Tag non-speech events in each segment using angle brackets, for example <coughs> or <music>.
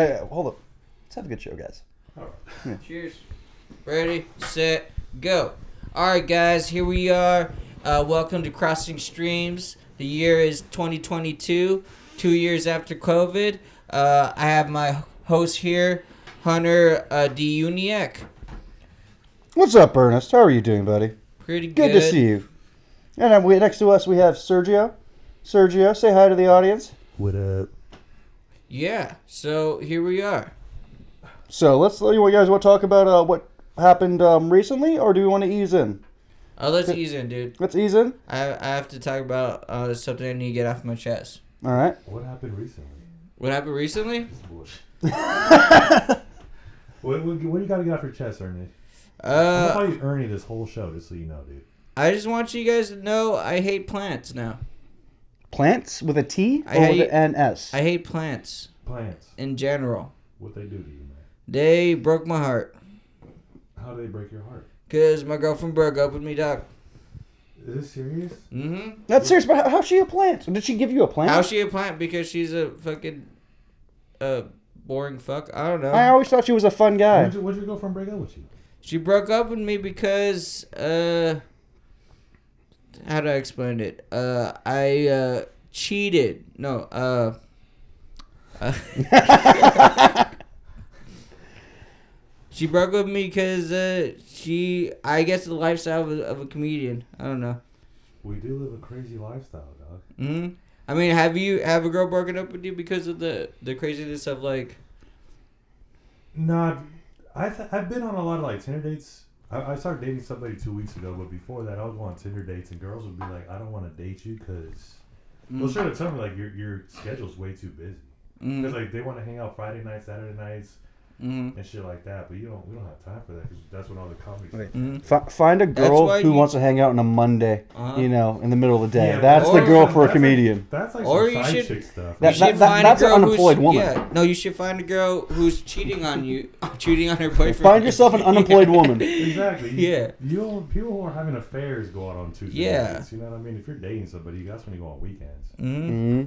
Hey, Uh, hold up. Let's have a good show, guys. Cheers. Ready, set, go. All right, guys, here we are. Uh, welcome to Crossing Streams. The year is 2022, two years after COVID. Uh, I have my host here, Hunter uh, D. Uniac. What's up, Ernest? How are you doing, buddy? Pretty Good, good. to see you. And uh, we, next to us, we have Sergio. Sergio, say hi to the audience. What up? Yeah, so here we are. So let's. You guys want to talk about uh, what happened um, recently, or do we want to ease in? Oh, let's ease in, dude. Let's ease in. I, I have to talk about uh, something I need to get off my chest. All right. What happened recently? What happened recently? This boy. <laughs> what, what, what do you got to get off your chest, Ernie? I'm Uh, gonna call you Ernie this whole show, just so you know, dude. I just want you guys to know I hate plants now. Plants with a T or I hate- with an S? I hate plants Plants, in general. what they do to you, man? They broke my heart. How do they break your heart? Cause my girlfriend broke up with me, doc. Is this serious? Mm-hmm. That's serious. But how, how's she a plant? Did she give you a plant? How's she a plant? Because she's a fucking, uh, boring fuck. I don't I know. always thought she was a fun guy. <laughs> When'd, you, when'd your girlfriend break up with you? She broke up with me because, uh, how do I explain it? Uh, I uh cheated. No, uh. uh, <laughs> She broke up with me because uh, she, I guess, the lifestyle of a, of a comedian. I don't know. We do live a crazy lifestyle, dog. hmm I mean, have you have a girl broken up with you because of the the craziness of like? Nah, I've, I've been on a lot of like Tinder dates. I, I started dating somebody two weeks ago, but before that, I was on Tinder dates, and girls would be like, "I don't want to date you because they'll Mm, try to tell me like your your schedule's way too busy." Because mm, like they want to hang out Friday nights, Saturday nights, mm, and shit like that. But you don't, we don't have time for that 'cause that's when all the comedy. Right. mm. F- find a girl why who you- wants to hang out on a Monday, Uh-huh. you know, in the middle of the day. Yeah, that's the or- girl for a that's like- comedian. That's like Or some you side should- chick stuff. That- you that- should that- find that's a an girl unemployed who's, woman. Yeah, no, you should find a girl who's cheating on you, <laughs> cheating on her boyfriend. Find yourself <laughs> <laughs> an unemployed woman. exactly. You- Yeah. You don't, people who are having affairs go out on Tuesday Yeah. nights. You know what I mean? If you're dating somebody, that's when you go on weekends. hmm Mm-hmm. hmm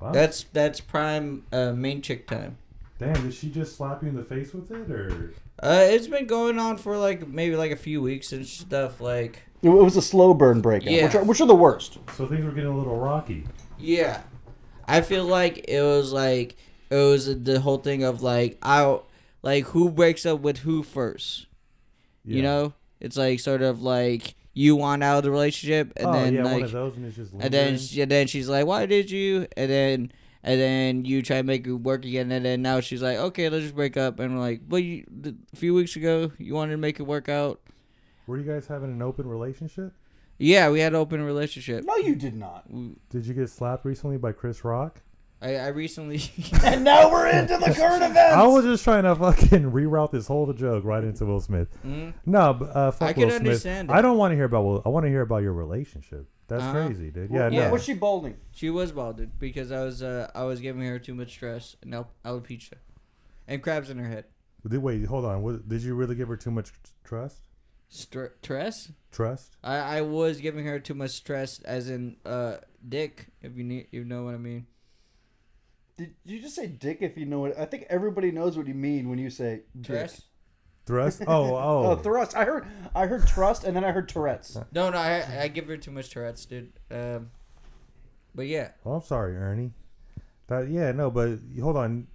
Wow. That's that's prime uh, main chick time. Damn, did she just slap you in the face with it, or Uh, it's been going on for like maybe like a few weeks and stuff. Like, It was a slow burn breakup, Yeah. which, are, which are the worst. so things were getting a little rocky? yeah, I feel like it was like it was the whole thing of like I like who breaks up with who first. Yeah. You know, it's like sort of like you want out of the relationship, and oh then yeah, one like, of those, and it's just. and then lingering. she, and then she's like, "Why did you?" And then and then you try to make it work again, and then now she's like, "Okay, let's just break up." And we're like, "Well, you, th- a few weeks ago, you wanted to make it work out." were you guys having an open relationship? Yeah, we had an open relationship. No, you did not. Did you get slapped recently by Chris Rock? I, I recently, <laughs> <laughs> And now we're into <laughs> the current events. I was just trying to fucking <laughs> reroute this whole joke right into Will Smith. Mm. No, but, uh, fuck I can Will Smith. understand it. I don't want to hear about Will. I want to hear about your relationship. That's Uh-huh. crazy, dude. Yeah, yeah. no. Was she balding? she was balded because I was uh, I was giving her too much stress and al- alopecia, and crabs in her head. Did- Wait, hold on. Was, did you really give her too much tr- trust? Str- stress? Trust? I, I was giving her too much stress, as in uh, dick. If you need, you know what I mean. Did you just say dick if you know it? I think everybody knows what you mean when you say dick. Stress? Thrust? <laughs> Oh, Oh, oh. thrust. I heard I heard trust and then I heard Tourette's. No, no, I, I give her too much Tourette's, dude. Um, but yeah, oh, I'm sorry, Ernie. That yeah, no, but hold on.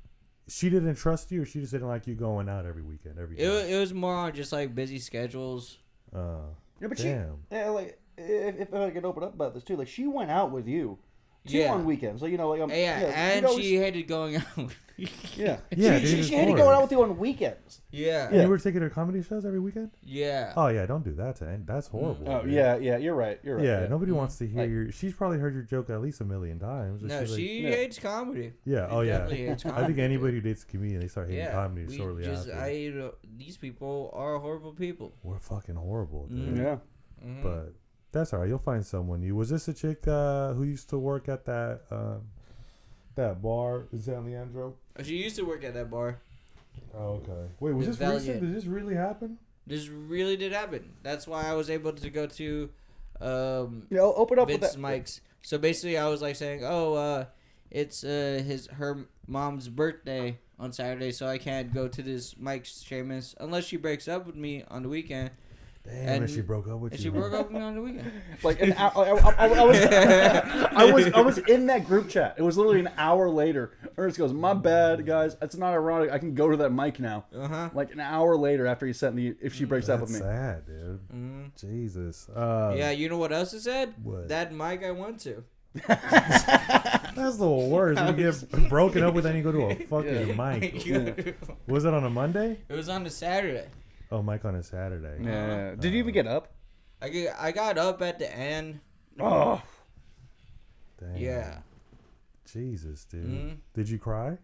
She didn't trust you, or she just didn't like you going out every weekend, every it, wa- day. it was more on just like busy schedules. Uh, Yeah, but damn. she yeah, like if, if I could open up about this too, like she went out with you. Two Yeah. on weekends. So you know like um, Yeah, you and know, she hated going out. <laughs> Yeah. Yeah, she, dude, she, it's she hated boring. going out with you on weekends. yeah, And Yeah. you were taking her comedy shows every weekend? yeah. Oh yeah, don't do that to end. That's horrible. Oh dude. yeah, yeah, you're right. You're right. Yeah, yeah. Mm-hmm. nobody wants to hear Like- your. She's probably heard your joke at least a million times. and no, she's like- she yeah. hates comedy. yeah. She Oh yeah. definitely hates <laughs> I think comedy, anybody who dates a comedian, they start dude. hating yeah, comedy we shortly just, after. I, uh, these people are horrible people. We're fucking horrible, dude. Mm. Yeah. Mhm. But that's all right. You'll find someone. You was this a chick uh, who used to work at that um, that bar in San Leandro? She used to work at that bar. Oh, okay. Wait, was The this recent? Valiant. Did this really happen? This really did happen. That's why I was able to go to um, You know, open up with Vince that. Mike's. So basically, I was like saying, "Oh, uh, it's uh, his her mom's birthday on Saturday, so I can't go to this Mike Sheamus unless she breaks up with me on the weekend. Damn, and And- she broke up with And you. she broke up with me on <laughs> the weekend. Like an hour, I, I- I- I was, I was, I was in that group chat. It was literally an hour later. Ernest goes, "My bad, guys. That's not ironic. I can go to that mic now." Uh huh. Like an hour later after he sent the if she breaks up with That's me. sad, dude. hmm Jesus. Uh, Yeah, you know what else it said? What? That Mike I went to. That's the <laughs> worst. You get broken up with and you go to a fucking Yeah. mic. it Was it on a Monday? was on a Saturday. Oh, mic on a Saturday. Yeah. Did you even get up? I get, I got up at the end. Oh, Damn. Yeah. Jesus, dude. Mhm. Did you cry?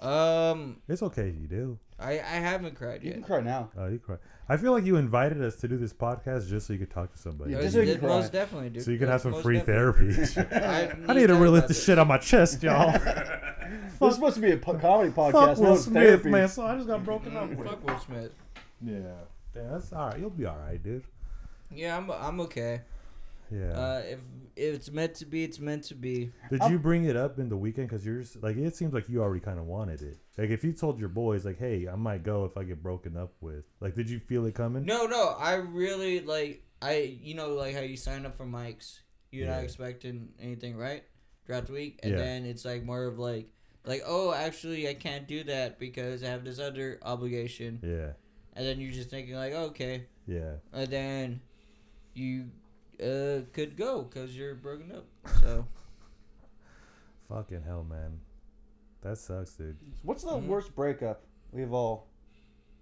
Um, It's okay if you do. I I haven't cried you can yet. Uh, cry now. Oh, you cry. I feel like you invited us to do this podcast just so you could talk to somebody. Yeah, No, just you so you did can most cry. definitely, dude. So you could have some <laughs> Most free definitely. therapy. I I need to that relift about the this. shit on my chest, y'all. <laughs> This is supposed to be a po- comedy Fuck podcast. Will No Smith, therapy. man. So I just got <laughs> broken up with. Fuck Will Smith. Yeah. Yeah, that's all right. You'll be all right, dude. Yeah, I'm I'm okay. Yeah. Uh, if if it's meant to be, it's meant to be. Did I'm- you bring it up in the weekend? Because you're s- like, it seems like you already kind of wanted it. Like, if you told your boys, like, hey, I might go if I get broken up with. Like, did you feel it coming? No, no, I really like I you know like how you sign up for mics, you're Yeah. not expecting anything, right? Throughout the week, and Yeah. then it's like more of like like oh actually I can't do that because I have this other obligation, Yeah. and then you're just thinking like okay, Yeah. and then you uh could go because you're broken up. So Fucking hell, man. That sucks, dude. What's the worst breakup we've all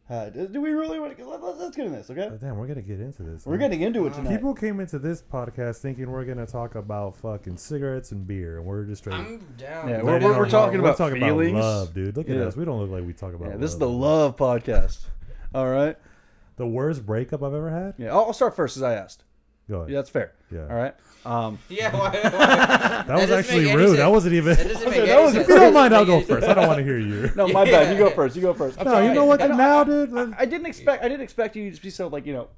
had? Do we really want to? Let, let's get into this, okay? But damn, we're gonna get into this. We're huh? getting into it tonight. People came into this podcast thinking we're gonna talk about fucking cigarettes and beer, and we're just straight. I'm down. Yeah, Not we're- even we're love. talking about feelings. love, dude. Look at Yeah. us. We don't look like we talk about. yeah, this is the love. love podcast. All right. The worst breakup I've ever had. Yeah, I'll, I'll start first as I asked. Go ahead. Yeah, that's fair. Yeah. All right. Um, Yeah, why, why- That was doesn't actually make rude. any sense. That wasn't even. That <laughs> doesn't make that any was- sense. if you don't Doesn't mind, I'll make <laughs> go any sense. first. I don't want to hear you. <laughs> no, my bad. You go Yeah. first. You go first. No, you know what? <laughs> I don't- Now, dude. let- I didn't expect. I didn't expect you to be so like you know.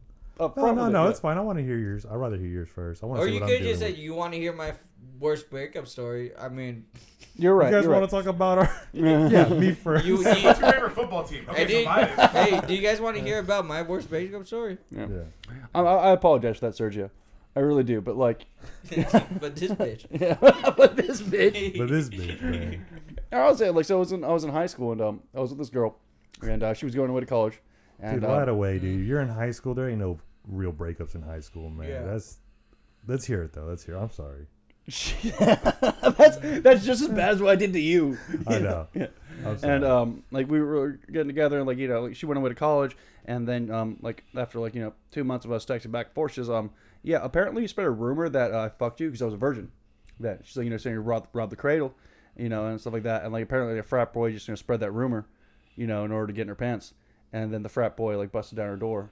Upfront No, no, with it, no. but- It's fine. I want to hear yours. I'd rather hear yours first. I want to Or see you what I'm could doing. just say with- you want to hear my f- worst breakup story. I mean, You're right. You guys you're want right. to talk about <laughs> our? Yeah. yeah, me first. you. yeah. you What's your favorite football team? hey, Okay, do so you, mine <laughs> is. <laughs> hey, do you guys want to hear about my worst breakup story? <laughs> I, I I apologize for that, Sergio. I really do. But like, <laughs> but this bitch. yeah, but this bitch. But this bitch, <laughs> man. I was saying like so. I was in I was in high school and um I was with this girl, and uh, she was going away to college. And Dude, um, <laughs> right away, dude. You're in high school. There ain't no real breakups in high school, man. Yeah. That's. Let's hear it though. Let's hear. It. I'm sorry. <laughs> that's that's just as bad as what I did to you. I know. Yeah. I'm sorry. And um, like we were getting together, and like you know, like, she went away to college, and then um, like after like you know two months of us texting back and forth, she's um, yeah, apparently you spread a rumor that uh, I fucked you because I was a virgin. That she's like you know saying you robbed, robbed the cradle, you know, and stuff like that, and like apparently a frat boy just you know spread that rumor, you know, in order to get in her pants, and then the frat boy like busted down her door.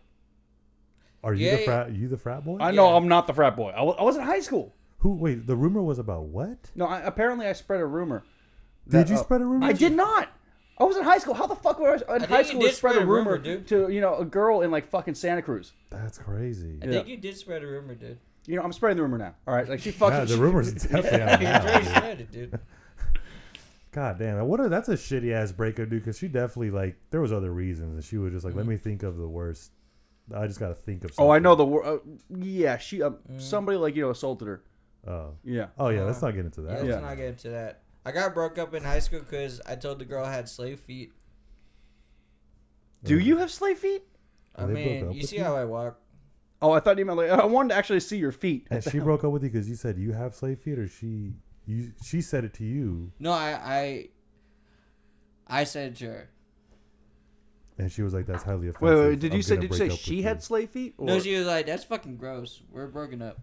Are you yeah, the yeah. frat? You the frat boy? I know Yeah. I'm not the frat boy. I wa- I was in high school. Who? Wait. The rumor was about what? No, I, apparently I spread a rumor. Did that, you uh, spread a rumor? I did not. I was in high school. How the fuck was I in think high you school did to spread a spread a rumor, rumor, dude. to you know a girl in like fucking Santa Cruz? That's crazy. I think you did spread a rumor, dude. You know, I'm spreading the rumor now. All right, like she Yeah, fucking. the rumor's definitely out <laughs> You now. already spread it, dude. God damn it! What a that's a shitty ass breakup, dude. Because she definitely like there was other reasons, and she was just like, Mm-hmm. "Let me think of the worst." I just gotta think of. Something. oh, I know the word. Uh, yeah, she. Uh, Somebody like you know assaulted her. Oh, Yeah. oh yeah. Let's not get into Yeah, that. let's Uh, Yeah. not get into that. I got broke up in high school because I told the girl I had slave feet. Do you have slave feet? I Oh, They broke mean, up you with see you? how I walk. Oh, I thought you meant like I wanted to actually see your feet. <laughs> And she broke up with you because you said you have slave feet, or she you she said it to you, No, I, I, I said to her. and she was like, "That's highly Wait, offensive." wait. Did I'm you say gonna did you say break up she with had you." slave feet? Or? No, she was like, "That's fucking gross. We're broken up."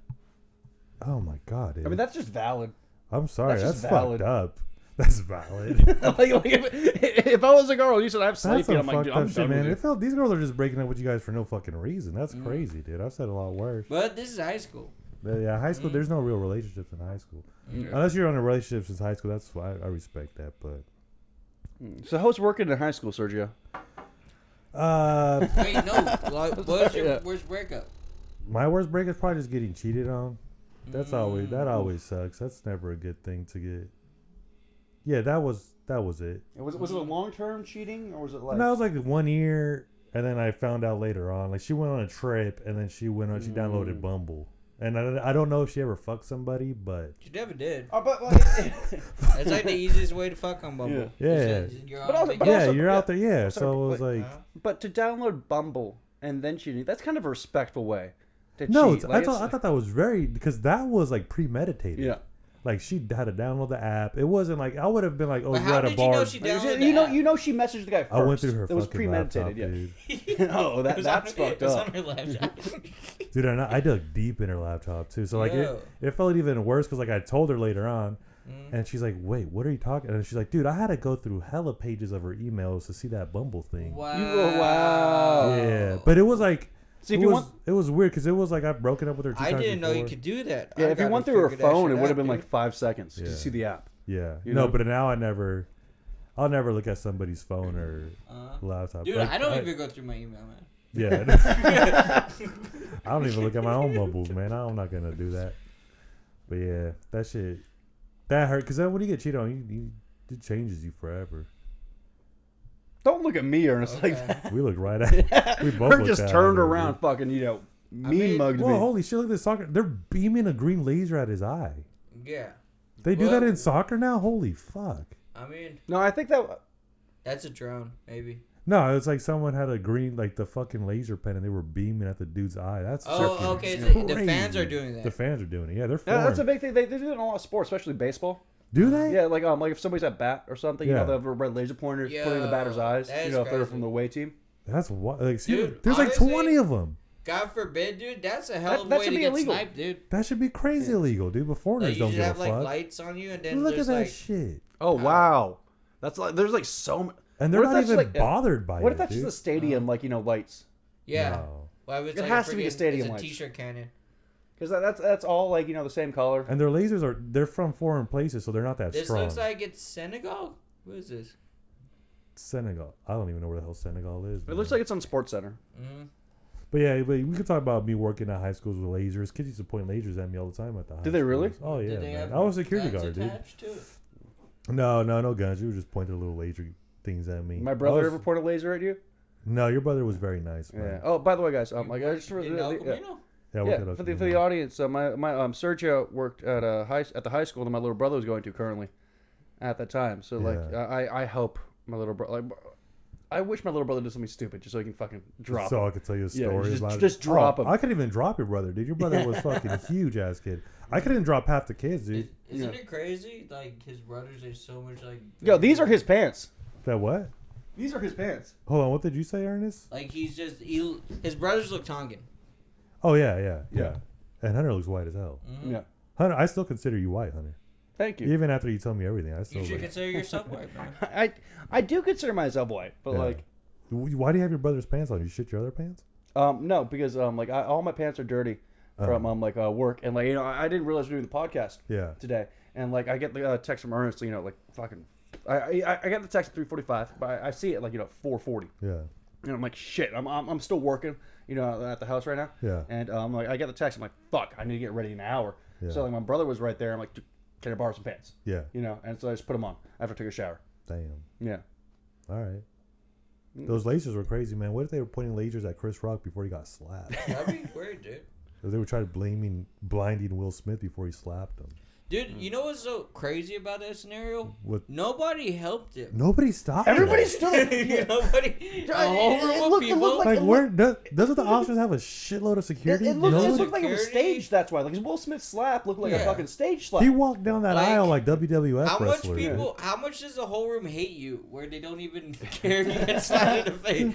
Oh my god! Dude. I mean, that's just valid. <laughs> I'm sorry. that's That's, just valid. fucked up. <laughs> <laughs> That's valid. like, like if, if I was a girl, and you said I have slave that's feet. some I'm like, fucked dude, Mm. up I'm shit, done with man. you. It felt these girls are just breaking up with you guys for no fucking reason. That's crazy, dude. I've said a lot worse. But this is high school. Yeah, Yeah, high Mm. school. There's no real relationships in high school, Yeah. unless you're on a relationship since high school. That's why I, I respect that. But So how's working in high school, Sergio? <laughs> uh, Wait, no. like, what was <laughs> your Yeah. worst breakup? my worst break is probably just getting Mm. cheated on. That's always that always sucks. That's never a good thing to get. Yeah, that was that was it. It was was it a long term cheating or was it like and that was like one year, and then I found out later on. Like she went on a trip, and then she went on. She Mm. downloaded Bumble, and I, I don't know if she ever fucked somebody, but She never did. Oh, but like, <laughs> That's like the easiest way to fuck on Bumble. Yeah. You Yeah. said you're But on also- the- but yeah, also- you're out there. Yeah, sorry, so it was but- like Huh? but to download Bumble and then cheating that's kind of a respectful way to no. cheat. it's- Like, I thought I it's- thought that was very because that was like premeditated. yeah. like she had to download the app. It wasn't like I would have been like, oh, But you're how at a did you know bar. she Like, downloaded you know, the you know, she messaged the guy first. I went through her It was fucking laptop, premeditated. dude. yeah. oh, <laughs> It that was that's on her- fucked it was up. on her <laughs> laptop. dude and I, I dug deep in her laptop too so like Yo. Mm-hmm. it, it felt even worse because like i told her later on and she's like wait what are you talking and she's like dude i had to go through hella pages of her emails to see that bumble thing wow. wow. yeah but it was like See, if it you was, want- it was weird because it was like i've broken up with her two I times didn't know you before. could do that. Yeah, I if you gotta went through her figure that phone, it shit would have out, been dude. like five seconds to Yeah. see the app. yeah you no know? but now i never i'll never look at somebody's phone or laptop Dude, Like, I don't even go through my email, man. yeah i don't even look at my own bumbles man i'm not gonna do that but yeah that shit that hurt because then when you get cheated on you, you it changes you forever Don't look at me, Ernest, Okay. like that. We looked right <laughs> at. We both Her looked just at turned him, around, fucking, you know, mean mean- mugged dude. Whoa, me. holy shit! Look at this soccer. They're beaming a green laser at his eye. Yeah. They do that Whoa. in soccer now. Holy fuck! I mean, no, I think that uh, that's a drone, maybe. No, it's like someone had a green, like the fucking laser pen, and they were beaming at the dude's eye. That's Oh, fucking okay, so the crazy. fans are doing that. The fans are doing it. Yeah, they're yeah, that's a foreign. big thing. They, they do it in a lot of sports, especially baseball. do they? Yeah, like um, like if somebody's at bat or something, you Yeah. know, they have a red laser pointer put in the Yo, batter's eyes. that You is know, if they're crazy. from the away team. That's what. Like, see, Dude, there's honestly- like 20 of them. God forbid, dude. That's a hell That- of a that way should to be get illegal. sniped, dude. That should be crazy illegal, dude. But foreigners Like, you don't should give have a like fuck. lights on you, and then Look at there's that like shit. Oh wow, that's like there's like so. many. And they're not even bothered by What it, if that's dude. just a stadium, like you know, lights? yeah. No. Why would It like has to be a freaking- stadium It's lights. a t-shirt cannon. Because that, that's that's all like you know the same color. And their lasers are they're from foreign places, so they're not that This strong. looks like it's Senegal. What is this? Senegal. I don't even know where the hell Senegal is. It man. looks like it's on Sports Center. Mm. But yeah, but we could talk about me working at high schools with lasers. Kids used to point lasers at me all the time at the high. Did they really? schools. Oh Did yeah, they man. have I was a security guns guard, dude. attached to it? No, no, no guns. You were just pointing little laser things at me. My brother I was- ever pointed a laser at you? No, your brother was very nice, man. Oh, by the way, guys, um, like I just You really, know, yeah, Camino? Yeah, I yeah, worked at for the Oakland, for the man. audience, uh, my my um Sergio worked at a high at the high school that my little brother was going to currently, at that time. So like Yeah. I I hope my little brother like. I wish my little brother did something stupid just so he can fucking drop. So it. I could tell you a Yeah, story just- about it. Oh, just drop 'em. I could even drop your brother, dude. Your brother <laughs> was fucking huge ass kid. I couldn't drop half the kids, dude. Is- Isn't Yeah. it crazy? Like his rudders are so much like. Yo, these are his pants. That what? These are his pants. Hold on, what did you say, Ernest? Like he's just he, his brothers look Tongan. Oh yeah, yeah, yeah. Yeah. Mm. And Hunter looks white as hell. Yeah. Hunter, I still consider you white, Hunter. Thank you. Even after you tell me everything, I still. You should like- consider yourself white, man. <laughs> I I do consider myself white, but Yeah. like Wh- Why do you have your brother's pants on? You shit your other pants? Um, no, because um, like I, all my pants are dirty Uh-huh. from um, like uh, work, and like you know, I, I didn't realize we we're doing the podcast Yeah. today, and like I get the uh, text from Ernest, you know, like fucking, I I, I got the text at three forty five, but I, I see it like you know four forty, Yeah. and I'm like shit, I'm, I'm I'm still working, you know, at the house right now, Yeah. and um, like I get the text, I'm like fuck, I need to get ready in an hour, Yeah. so like my brother was right there, I'm like, "Dude, can I borrow some pants, Yeah. you know, and so I just put them on after I took a shower, Damn. yeah, All right. Mm. Those lasers were crazy, man. What if they were pointing lasers at Chris Rock before he got <laughs> slapped? That'd be weird, dude. or they were trying to blaming blinding Will Smith before he slapped him. Dude, you know what's so crazy about that scenario? What? Nobody helped <laughs> him. <laughs> Nobody stopped. him. everybody <laughs> stood, Nobody. A it- whole it room looked- of it people. looked Like, It where does, doesn't the officers have a shitload of It, security? it looked, it Nobody- looked like it was Security? staged. That's why. Like Will Smith's slap looked like Yeah. a fucking stage slap. he walked down that Like, aisle like WWF how much wrestler. dude. people? How much does the whole room hate you? Where they don't even <laughs> care if you get slapped in the face.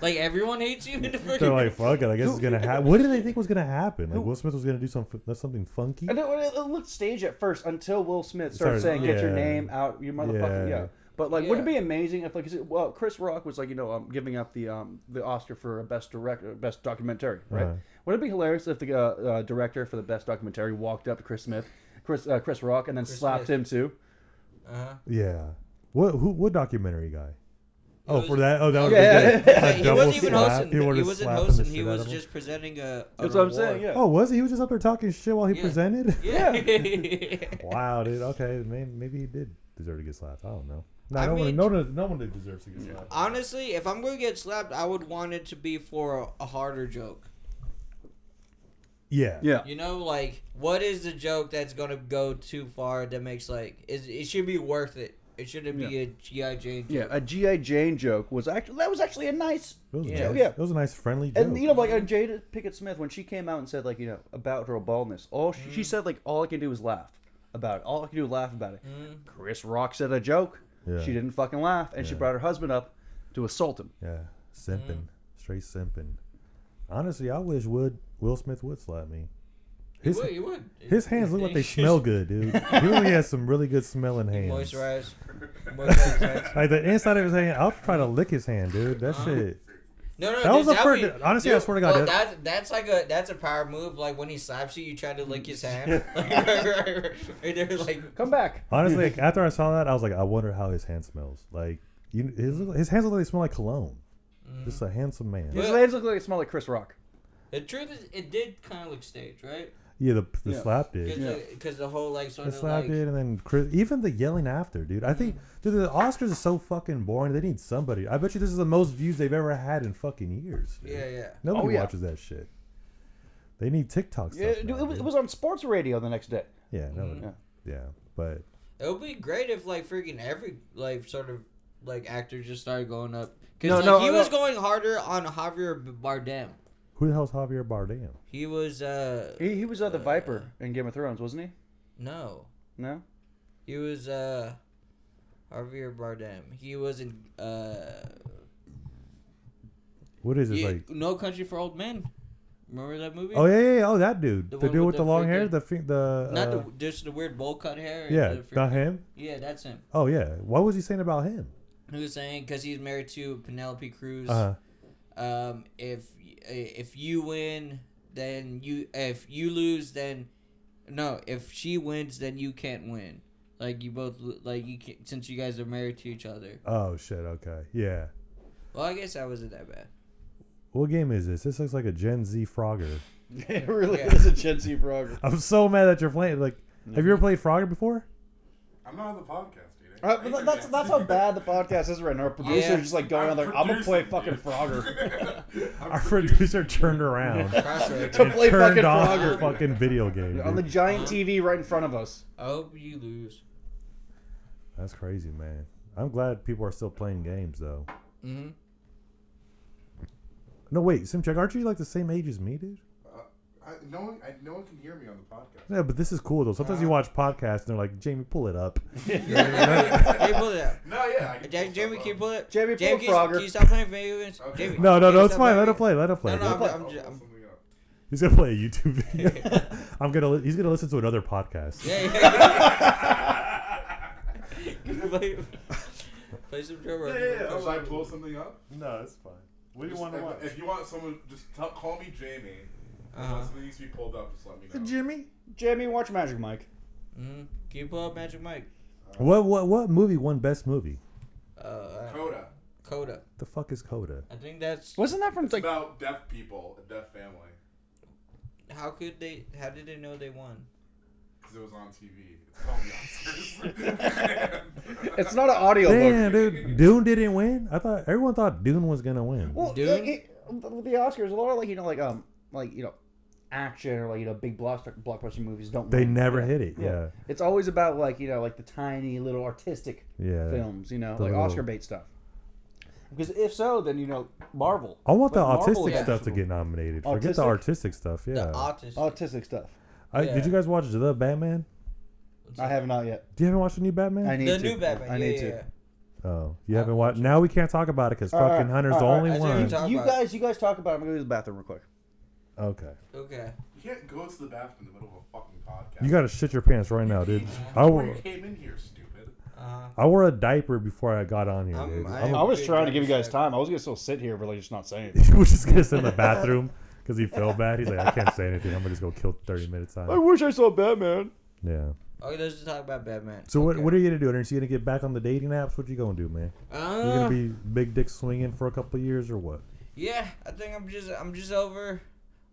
Like everyone hates you in the first. They're like, fuck it. I guess it's gonna happen. What did they think was gonna happen? Like Will Smith was gonna do some something funky. And it, it it looked staged at first until Will Smith Started- started, saying, "Get your yeah. name out, you motherfucker." Yeah. Yeah. But like, wouldn't it be Yeah. amazing if like, is it- well, Chris Rock was like, you know, um, giving up the um the Oscar for best director, best documentary, right? Uh-huh. Would it be hilarious if the uh, uh, director for the best documentary walked up to Chris Smith, Chris uh, Chris Rock, and then slapped Smith. him too? Uh-huh. Yeah. What who what documentary guy? Oh, was- for that. Oh, that was Yeah. good. <laughs> A he double wasn't even slap. hosting. He He, wanted to wasn't slap the hosting. He shit out was of him. just presenting a. a That's what I'm reward. saying. Yeah. Oh, was he? He was <laughs> just up there talking shit while he Yeah. presented. <laughs> Yeah. wow, dude. Okay, maybe, maybe he did. deserve to get slapped. I don't know. No, I no, mean- one, no, no one deserves to get slapped. <laughs> Honestly, if I'm gonna get slapped, I would want it to be for a, a harder joke. Yeah. Yeah. You know, like what is the joke that's gonna go too far that makes like is it should be worth it. It shouldn't be a GI Jane. joke. Yeah, a GI Jane joke was actually that was actually a nice It was, Yeah. Nice, Yeah. it was a nice friendly joke. and you know like uh, Jada Pickett Smith when she came out and said like you know about her baldness, all she, she said like all I can do is laugh about it. All I can do is laugh about it. Chris Rock said a joke. Yeah. She didn't fucking laugh, and she Yeah. brought her husband up to assault him. yeah. Simping. Mm. Straight simping. Honestly, I wish would Will Smith would slap me. You His, would, you would. his hands look <laughs> <laughs> like they smell good, dude. He really has some really good smelling hands. <laughs> Moisturize. Moisturize. hands. Like the inside of his hand, I'll try to lick his hand, dude. Uh-huh. That shit. No, no, That was dude, the first- would- honestly, I swear to God, well, that- that, that's like a that's a power move. Like when he slaps you, you try to lick his hand. <laughs> Like, right, right, right, right there, like Come back. Honestly, like, after I saw that, I was like, I wonder how his hand smells. Like, you, his, his hands look like they smell like cologne. Just a handsome man. His Mm. Yeah. legs look like they smell like Chris Rock. the truth is, it did kind of look staged, right? Yeah, the, the Yeah. slap did. Because Yeah. the, whole like sort The of slap like Mm. did, and then Chris, even the yelling after, dude. I think, dude, the Oscars are so fucking boring. They need somebody. I bet you this is the most views they've ever had in fucking years. dude. yeah, yeah. Nobody Oh, yeah. watches that shit. They need TikTok stuff. Yeah, dude, now, it, was, dude. it was on sports radio the next day. yeah, no, Mm. Yeah. yeah, but It would be great if like freaking every like sort of like actor just started going up. Because No, like, no, he no. was going harder on Javier B- Bardem. who the hell's Javier Bardem? He was uh He, he was uh, the Viper in Game of Thrones, wasn't he? no, No. he was uh Javier Bardem. He was in uh What is it he- like? No Country for Old Men. Remember that movie? Oh yeah, yeah, yeah, oh that dude, The the, one dude with with the the long hair, freaking- the fi- the Not uh, the just the weird bowl cut hair. and yeah, the freak- not him. yeah, that's him. Oh yeah, what was he saying about him? He was saying because he's married to Penelope Cruz. Uh, um, if eh, if you win, then you if you lose, then no. If she wins, then you can't win. Like you both lo- like you can since you guys are married to each other. oh shit, okay, yeah. Well, I guess I wasn't that bad. What game is this? This looks like a Gen Z Frogger. <laughs> it really Yeah. is a Gen Z Frogger. I'm so mad that you're playing. Like, have you ever played Frogger before? I'm not on the podcast, dude. Uh, but that's that's <laughs> how bad the podcast is right now. Our producer's Yeah. just like going I'm on there. I'm gonna play fucking <laughs> producing, Frogger. Our producer <laughs> turned <laughs> around, to Crossroads. play turned fucking off Frogger the fucking <laughs> video game. on the dude. giant TV right in front of us. I hope you lose. That's crazy, man. I'm glad people are still playing games, though. Mm-hmm. No, wait, Simcheck, aren't you like the same age as me, dude? <laughs> I, no one, I, no one can hear me on the podcast. Yeah, but this is cool though. Sometimes Uh-huh. you watch podcasts and they're like, "Jamie, pull <laughs> it up." Can you pull it out? No, yeah. I can Ja- Jamie, can you pull it? Jamie, Jamie, pull can you, Frogger. can you stop playing video games? Okay. Jamie, No, no, can no, you it's stop fine. playing Let him video- play. Let him play. No, no, Let him I'm, play. I'm, I'll ju- pull <laughs> I'm, <laughs> something up. He's gonna play <laughs> a YouTube video. <laughs> I'm gonna. Li- he's gonna listen to another podcast. yeah, yeah, yeah. <laughs> play, play some Joe Yeah, Rogan. yeah, yeah. Should I pull something up? No, it's fine. What Just if, If you want someone, just tell, call me Jamie. If Uh-huh. something needs to be pulled up, just let me know. Jimmy. Jamie, watch Magic Mike. Mhm. Can you pull up Magic Mike? What what what movie won best movie? Uh, Coda. Coda. The fuck is Coda? I think that's Wasn't that from It's like? about deaf people, a deaf family. how could they? How did they know they won? Because it was on TV. It's called the Oscars. <laughs> It's not an audio Damn, book. dude, Dune didn't win. I thought everyone thought Dune was gonna win. Well, Dune? it- it- the Oscars, a lot of like you know like um like you know action or like you know big blockbuster blockbuster movies don't. They win. never Yeah. hit it. Yeah, Yeah. It's always about like you know like the tiny little artistic yeah. films, you know, The like little- Oscar bait stuff. Because if so, then you know Marvel. I want the Like, Marvel autistic is stuff to actually- get nominated. Forget the Autistic? artistic stuff. Yeah. Oh, The autistic. Autistic stuff. I, yeah. Did you guys watch the Batman? I have not yet. Do you haven't watched the new Batman? I need the to. new Batman. I need yeah, to. yeah. oh, you haven't watched. Now we can't talk about it because Alright, fucking Hunter's the alright, only alright. I see what one. you're talking- Talk You about it. guys, you guys talk about. it. I'm gonna go to the bathroom real quick. Okay. yeah. Okay. You can't go to the bathroom in the middle of a fucking podcast. You gotta shit your pants right now, dude. I Before wore, you came in here, stupid. Uh, I wore a diaper before I got on here, I'm- dude. I I'm- am- I was trying to give you guys time. I was gonna still sit here, but like just not saying anything. <laughs> he was just gonna sit in the bathroom because he felt bad. He's like, I can't say anything. I'm gonna just go kill 30 minutes I time. wish I saw Batman. Yeah. okay, let's just talk about Batman. So what, Okay. what are you gonna do? Are you gonna get back on the dating apps? What you gonna do, man? You Uh, gonna be big dick swinging for a couple years or what? yeah, I think I'm just I'm just over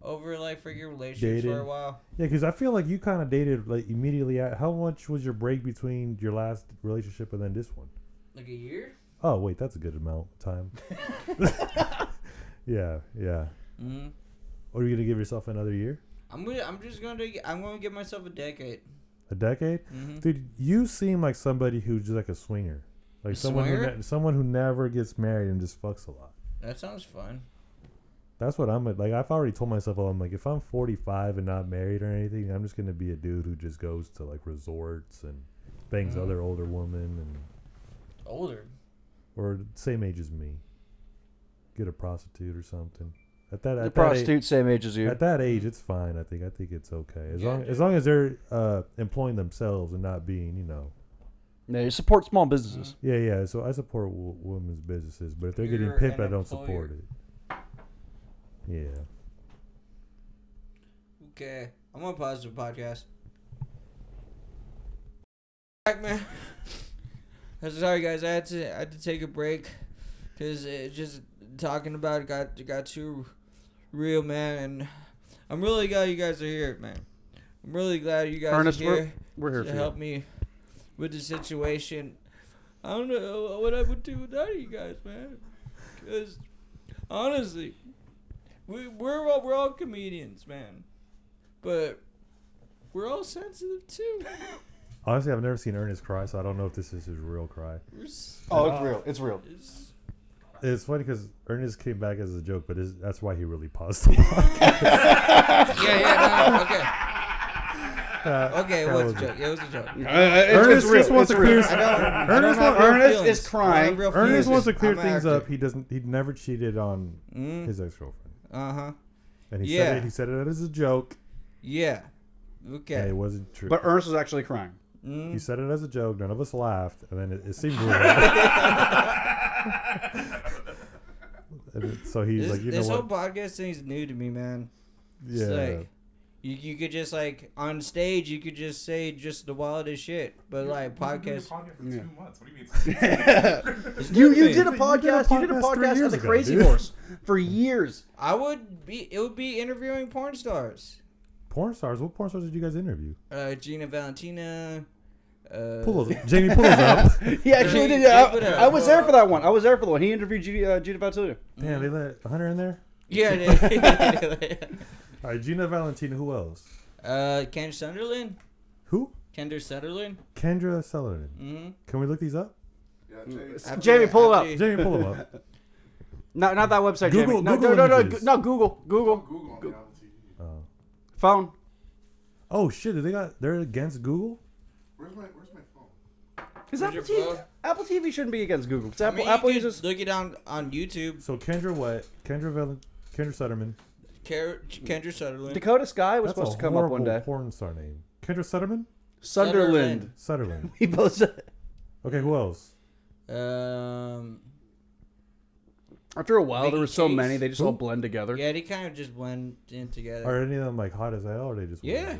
over like freaking relationships for a Dating. while. Yeah, because I feel like you kind of dated like immediately. At, how much was your break between your last relationship and then this one? Like a year? Oh wait, that's a good amount of time. <laughs> yeah, yeah. hmm Or are you gonna give yourself another year, I'm gonna, I'm just gonna do, I'm gonna give myself a decade. a decade? hmm Dude, you seem like somebody who's just like a swinger, like A someone swinger? who ne- someone who never gets married and just fucks a lot. That sounds fun. That's what I'm like. I've already told myself, oh, I'm like, if I'm 45 and not married or anything, I'm just gonna be a dude who just goes to like resorts and bangs Mm. other older women and Older. or same age as me. Get a prostitute or something. At that, The at that age, prostitute same age as you. at that age, it's fine. I think. I think it's okay as Yeah, long dude. as long as they're uh, employing themselves and not being, you know. No, you support small businesses. Yeah, yeah. So I support w- women's businesses, but if they're getting You're pimped, an I don't employer. support it. Yeah. Okay, I'm gonna pause the podcast. Back, man. I'm Sorry, guys. I had to I had to take a break because just talking about it got it got too real, man. And I'm really glad you guys are here, man. I'm really glad you guys Ernest, are we're- here Mm-hmm. We're here to for help you. me with the situation. I don't know what I would do without you guys, man. Because honestly, we we're all we're all comedians, man, but we're all sensitive too. Honestly, I've never seen Ernest cry, so I don't know if this is his real cry. We're s- Oh, it's real. It's real. it's- It's funny because Ernest came back as a joke, but his, that's why he really paused the <laughs> podcast. yeah, yeah, no, okay, okay. That What's was- a joke? Yeah, it Uh, was a joke. Ernest just wants to clear. I don't. I Ernest don't have wa- real Ernest is feelings. I don't crying. have real feelings. Ernest wants to clear I'm an things actor. up. He doesn't. He never cheated on Mm, his ex-girlfriend, uh-huh. and he Yeah. said it. He said it as a joke, Yeah. and Okay. it wasn't true. But Ernest is actually crying. Mm. he said it as a joke. None of us laughed, and then it, it <laughs> seemed real. And it- so he's this like, you know this whole what? podcast thing's new to me, man. Yeah, It's like, you, you could just like on stage you could just say just the wildest shit, but like podcast. Podcast for Yeah. two months. What do you <laughs> mean? <laughs> You you did a nothing. You did a podcast. You did a podcast three podcast years as a ago, crazy dude. horse for years. I would be it would be interviewing porn stars. porn stars. What porn stars did you guys interview? Uh, Gina Valentina. Uh, Pull those, Jamie, pull those up. He actually Yeah, did. <laughs> yeah, but, uh, I, I was there for that one. I was there for the one. He interviewed Gina, uh, Gina Valentina. Damn, they let Hunter in there. <laughs> Yeah. yeah. <laughs> All right, Gina Valentina. Who else? uh, Ken Sunderland. Who? Kendra Sunderland. Kendra Sutherland. Mm. Mm-hmm. Can we look these <laughs> up? Yeah, Jamie. S- Jamie, pull it up. Jamie, pull them up. No, not that website. Jamie. Google- No, Google no, no, no, images. no. Google, Google, Google on the Apple TV. Oh. phone. Oh shit! They got they're against Google. Where's my Where's my phone? Because Where's Apple your TV, phone? Apple TV shouldn't be against Google. 'Cause I Apple, mean, Apple you could uses. look it on on YouTube. So Kendra what? Kendra Valen, Kendra Sutterman. Ker- Kendra Sunderland. Dakota Sky was That's a supposed to come up horrible one day. porn star name. Kendra Sutterman. Sunderland. <laughs> Sutherland. We both said. Okay, who else? Um. After a while, there were so Cakes. many, they just all Who? blend together. Yeah, they kind of just blend in together. Are any of them like hot as hell, or they just Yeah. whatever?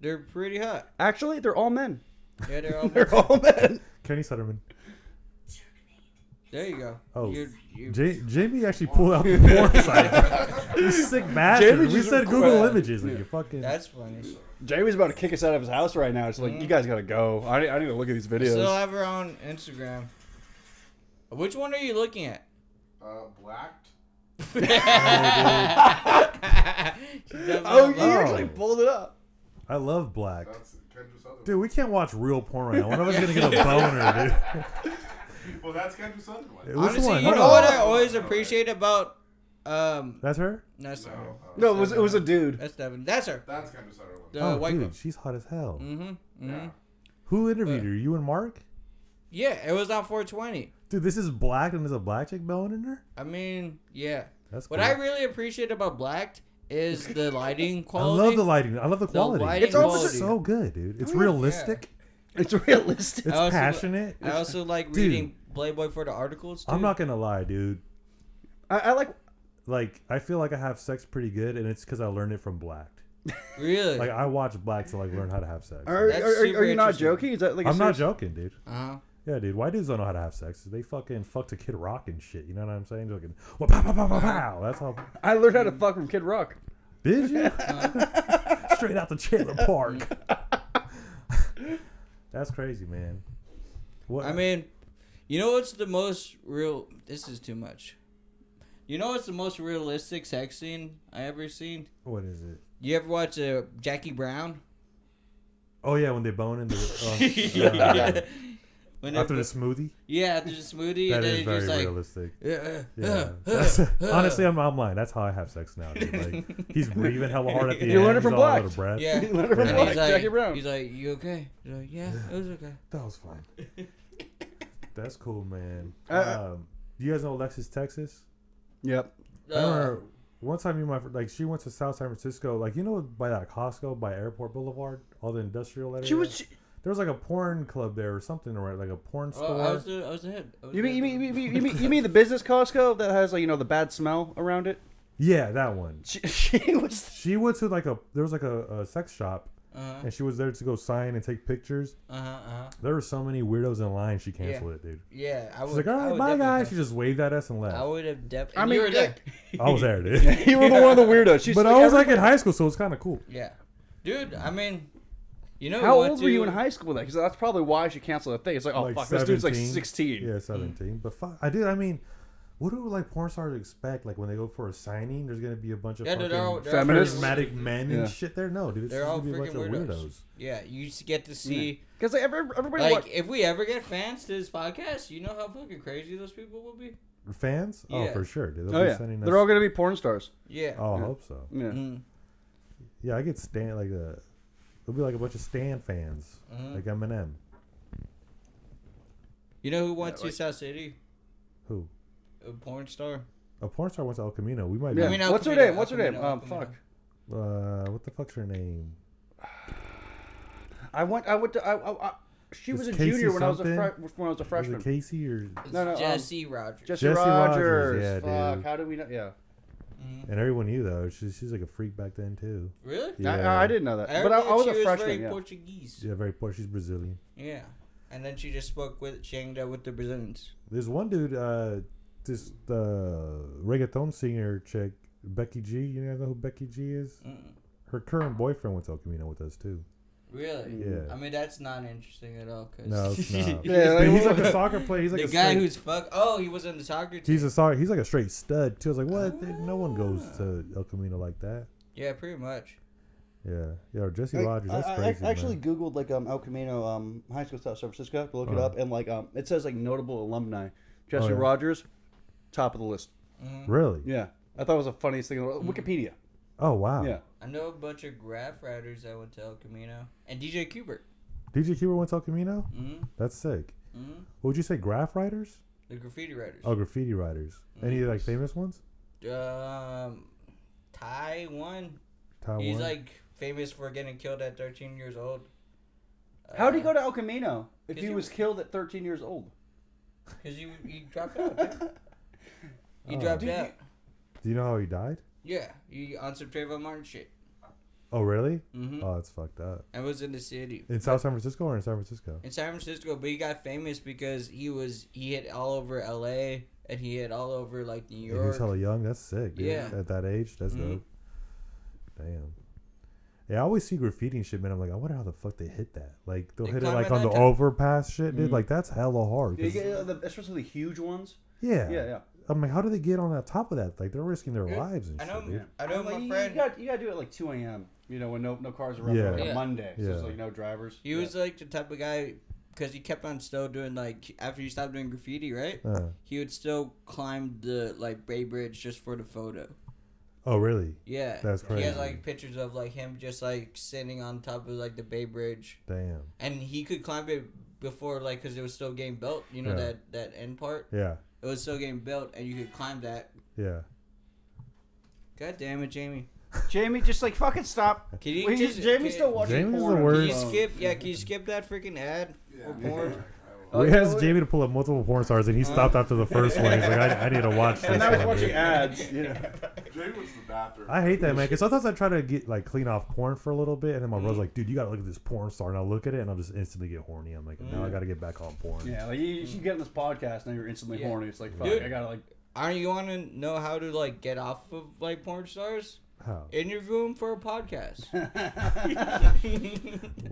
They're pretty hot. Actually, they're all men. Yeah, <laughs> they're <laughs> all. They're all men. Kenny Sutterman. There you go. Oh. You're, you're, J- <laughs> Jamie actually pulled out the porn site. you sick bastard. Jamie we just said Google quit. Images, and you fucking. that's funny. <laughs> Jamie's about to kick us out of his house right now. It's like you guys gotta go. I, Mm. I need to look at these We videos. still have her on Instagram. Which one are you looking at? <laughs> Uh, blacked. <laughs> oh, you Oh. actually pulled it up. I love black. That's Kendra Sutherland. Dude, we can't watch real porn right now. One of us is gonna <laughs> get a boner, Well, that's Kendra Sutherland. dude. Which Honestly, one? you Hold know on. what I always appreciate about um. That's her. No, No, sorry. uh, No, it was it was a dude. That's Devin. That's her. that's Kendra Sutherland. The Uh, oh, white dude, girl. she's hot as hell. Mm. Mm-hmm. Yeah. Who interviewed her? You and Mark? Yeah, it was on 420. Dude, this is black and there's a black chick bone in her? I mean, yeah. That's What cool. I really appreciate about Blacked <laughs> is the lighting I quality. love the lighting. I love the quality. lighting It's also quality. so good, dude. It's realistic. It's realistic. <laughs> It's I also- passionate. I also like Dude. reading Playboy for the articles. Too. I'm not gonna lie, dude. I, I like. Like I feel like I have sex pretty good, and it's because I learned it from Blacked. really. Like I watched Black to like learn how to have sex. Are, That's are, are, super are you not interesting. joking? Is that like a I'm not serious- joking, dude. uh-huh. Yeah, dude. White dudes don't know how to have sex. They fucking fucked a Kid Rock and shit. You know what I'm saying? They're like, "Wah, pow, pow, pow, pow, pow." That's how. Mm. I learned how to fuck from Kid Rock. <laughs> Did you? <laughs> Straight out the trailer park. <laughs> That's crazy, man. What? I mean, you know what's the most real? This is too much. You know what's the most realistic sex scene I ever seen? what is it? You ever watch uh, Jackie Brown? <laughs> Oh yeah, when they bone in the oh, yeah. When uh, after it- the smoothie. yeah, after the smoothie, and then That is it's very just like, "Uh, realistic. yeah, <laughs> Yeah. That's, honestly, I'm, I'm lying. That's how I have sex now. Dude. Like <laughs> he's breathing hella hard at the You end. learned it He's from all out Black. of <laughs> breath. yeah. You learn it from And Black, he's like, Jackie Brown. he's like, you okay? He's like, yeah, it was okay. That was fine. <laughs> That's cool, man. Uh, um, you guys know Alexis, Texas? Yep. I Uh, remember one time you my fr- like she went to South San Francisco, like you know by that Costco by Airport Boulevard, all the industrial area. She was. She, there was like a porn club there or something, or like a porn oh, store. I was, the- I was ahead. I was you mean you ahead. mean, you mean you mean you mean the business Costco that has like you know the bad smell around it? yeah, that one. <laughs> She, she was. She went to like a there was like a, a sex shop, Uh-huh, and she was there to go sign and take pictures. uh-huh, uh-huh. There were so many weirdos in line. She canceled it, dude. Yeah, I She's would. like, all I right, would bye definitely guys. go. She just waved at us and left. I would have definitely. I I mean, mean, you were yeah. there. I was <laughs> there, <laughs> dude. You were the one of the weirdos. She's but I like, was like everybody- in high school, so it was kind of cool. Yeah, dude. I mean, you know, How what, old were you in dude? high school then? Because that's probably why she canceled the thing. It's like, oh fuck, this dude's like sixteen. Yeah, seventeen. But fuck, I did. I mean, what do like porn stars expect? Like when they go for a signing, there's gonna be a bunch of Yeah, fucking dude, they're all, they're feminists. All freaking charismatic men Yeah. and shit. There, no, dude, it's They're just all gonna be a bunch of freaking weirdos. weirdos. yeah, you just get to see. Because like every, everybody Like, watch- if we ever get fans to this podcast, you know how fucking crazy those people will be. Fans? Oh, Yeah. for sure, dude. They'll Oh be yeah, sending they're us- all gonna be porn stars. Yeah. Oh, I Yeah. hope so. Yeah. Mm. Yeah, I get Stan like a. It'll be like a bunch of Stan fans, Mhm. like Eminem. You know who went to like- South City? Who? A porn star. A porn star went to El Camino. We might. Yeah. I mean, Be, I'll What's her come in, name? I'll What's her come in, name? I'll Um, come in. fuck. uh, what the fuck's her name? I went. I went to. I, I, I, she It's was a Casey junior when I was a something? fre- when I was a freshman. Was it Casey or? It's No, no, um, Jesse Rogers. Jesse, Jesse Rogers. Rogers, yeah, Fuck. dude. How did we know? Yeah. Mhm. And everyone knew though. She's she's like a freak back then too. Really? I- Yeah. I, I didn't know that. I but I, I was she a was freshman. very yeah. Portuguese. Yeah, very poor. She's Brazilian. Yeah. And then she just spoke with, she hanged out with the Brazilians. There's one dude, uh, this the reggaeton singer chick, Becky G. You guys know who Becky G is? Mm. Her current boyfriend went to El Camino with us too. Really? Yeah. I mean, that's not interesting at all. Cause No, <laughs> it's not. Yeah, But like, he's like what- a soccer player. He's like the a guy straight- who's fuck. Oh, he was on the soccer team. he's a soccer. He's like a straight stud too. I was like, what? They- No one goes to Ah. El Camino like that. yeah, pretty much. Yeah, yeah. Or Jesse I- Rogers. That's I, I crazy. ac- actually man. googled like um El Camino um high school South San Francisco to look it Uh-huh. up and like um it says like notable alumni Jesse Oh, yeah. Rogers top of the list Mm-hmm. really. yeah I thought it was the funniest thing in the world. Wikipedia Oh wow. yeah I know a bunch of graph writers that went to El Camino and DJ Kubert. DJ Cuber went to El Camino. Mm-hmm. That's sick. Mm-hmm. What would you say? Graph writers? The graffiti writers. Oh, graffiti writers. Mm. Any like famous ones? Um, Ty one. Taiwan. He's like famous for getting killed at 13 years old. Uh, how would he go to El Camino if 'Cause he he was killed at 13 years old Because you you dropped out. dude. Oh. You dropped Dude, you- out. Do you know how he died? Yeah, you on some Trayvon Martin shit. Oh, really? Mm-hmm. Oh, that's fucked up. I was in the city. In South San Francisco or in San Francisco? in San Francisco, but he got famous because he was he hit all over L.A. and he hit all over like New If he York. was hella young. That's sick, dude. Yeah. At that age, that's Mhm. dope. Damn. Yeah, I always see graffiti and shit, man. I'm like, I wonder how the fuck they hit that. Like, they'll They hit it climb like at on the nighttime. overpass shit, Mm-hmm. dude. Like, that's hella hard. Yeah, 'cause- you get, uh, the, especially the huge ones yeah. yeah yeah I mean, how do they get on the top of that? Like, they're risking their Dude, lives and I know, shit, dude. I know, Like, my you, friend. You got you got to do it at like 2 a.m. You know when no no cars are around Yeah. like a Yeah. Monday. So there's Yeah. like no drivers. He Yeah. was like the type of guy because he kept on still doing like after he stopped doing graffiti, right? Uh, He would still climb the like Bay Bridge just for the photo. oh, really? Yeah, That's He crazy. has like pictures of like him just like sitting on top of like the Bay Bridge, Damn. and he could climb it before like because it was still getting built. You know Yeah. that that end part. Yeah. It was still getting built, and you could climb that. Yeah. God damn it, Jamie. Jamie just like fucking stop. Can you Wait, just- Jamie's can- still watching Jamie's porn. the on Can his worst. you phone. skip? Yeah, can you skip that freaking ad? Yeah. <laughs> Porn. <laughs> Oh, we yeah, asked what- Jamie to pull up multiple porn stars, and he Uh-huh. stopped after the first one. He's like, I, I need to watch this. And now <laughs> he's one, watching dude. ads. You know. Jay went to the bathroom. I hate that, man. Because sometimes I try to get like clean off porn for a little bit, and then my Mm-hmm. brother's like, "Dude, you gotta look at this porn star," and I'll look at it, and I'll just instantly get horny. I'm like, "Now I Mm. gotta get back on porn." Yeah, like you, you should get in this podcast and you're instantly Yeah. horny. It's like, fuck, Dude. I gotta like. Aren't you want to know how to like get off of like porn stars? How? Interview him for a podcast. <laughs>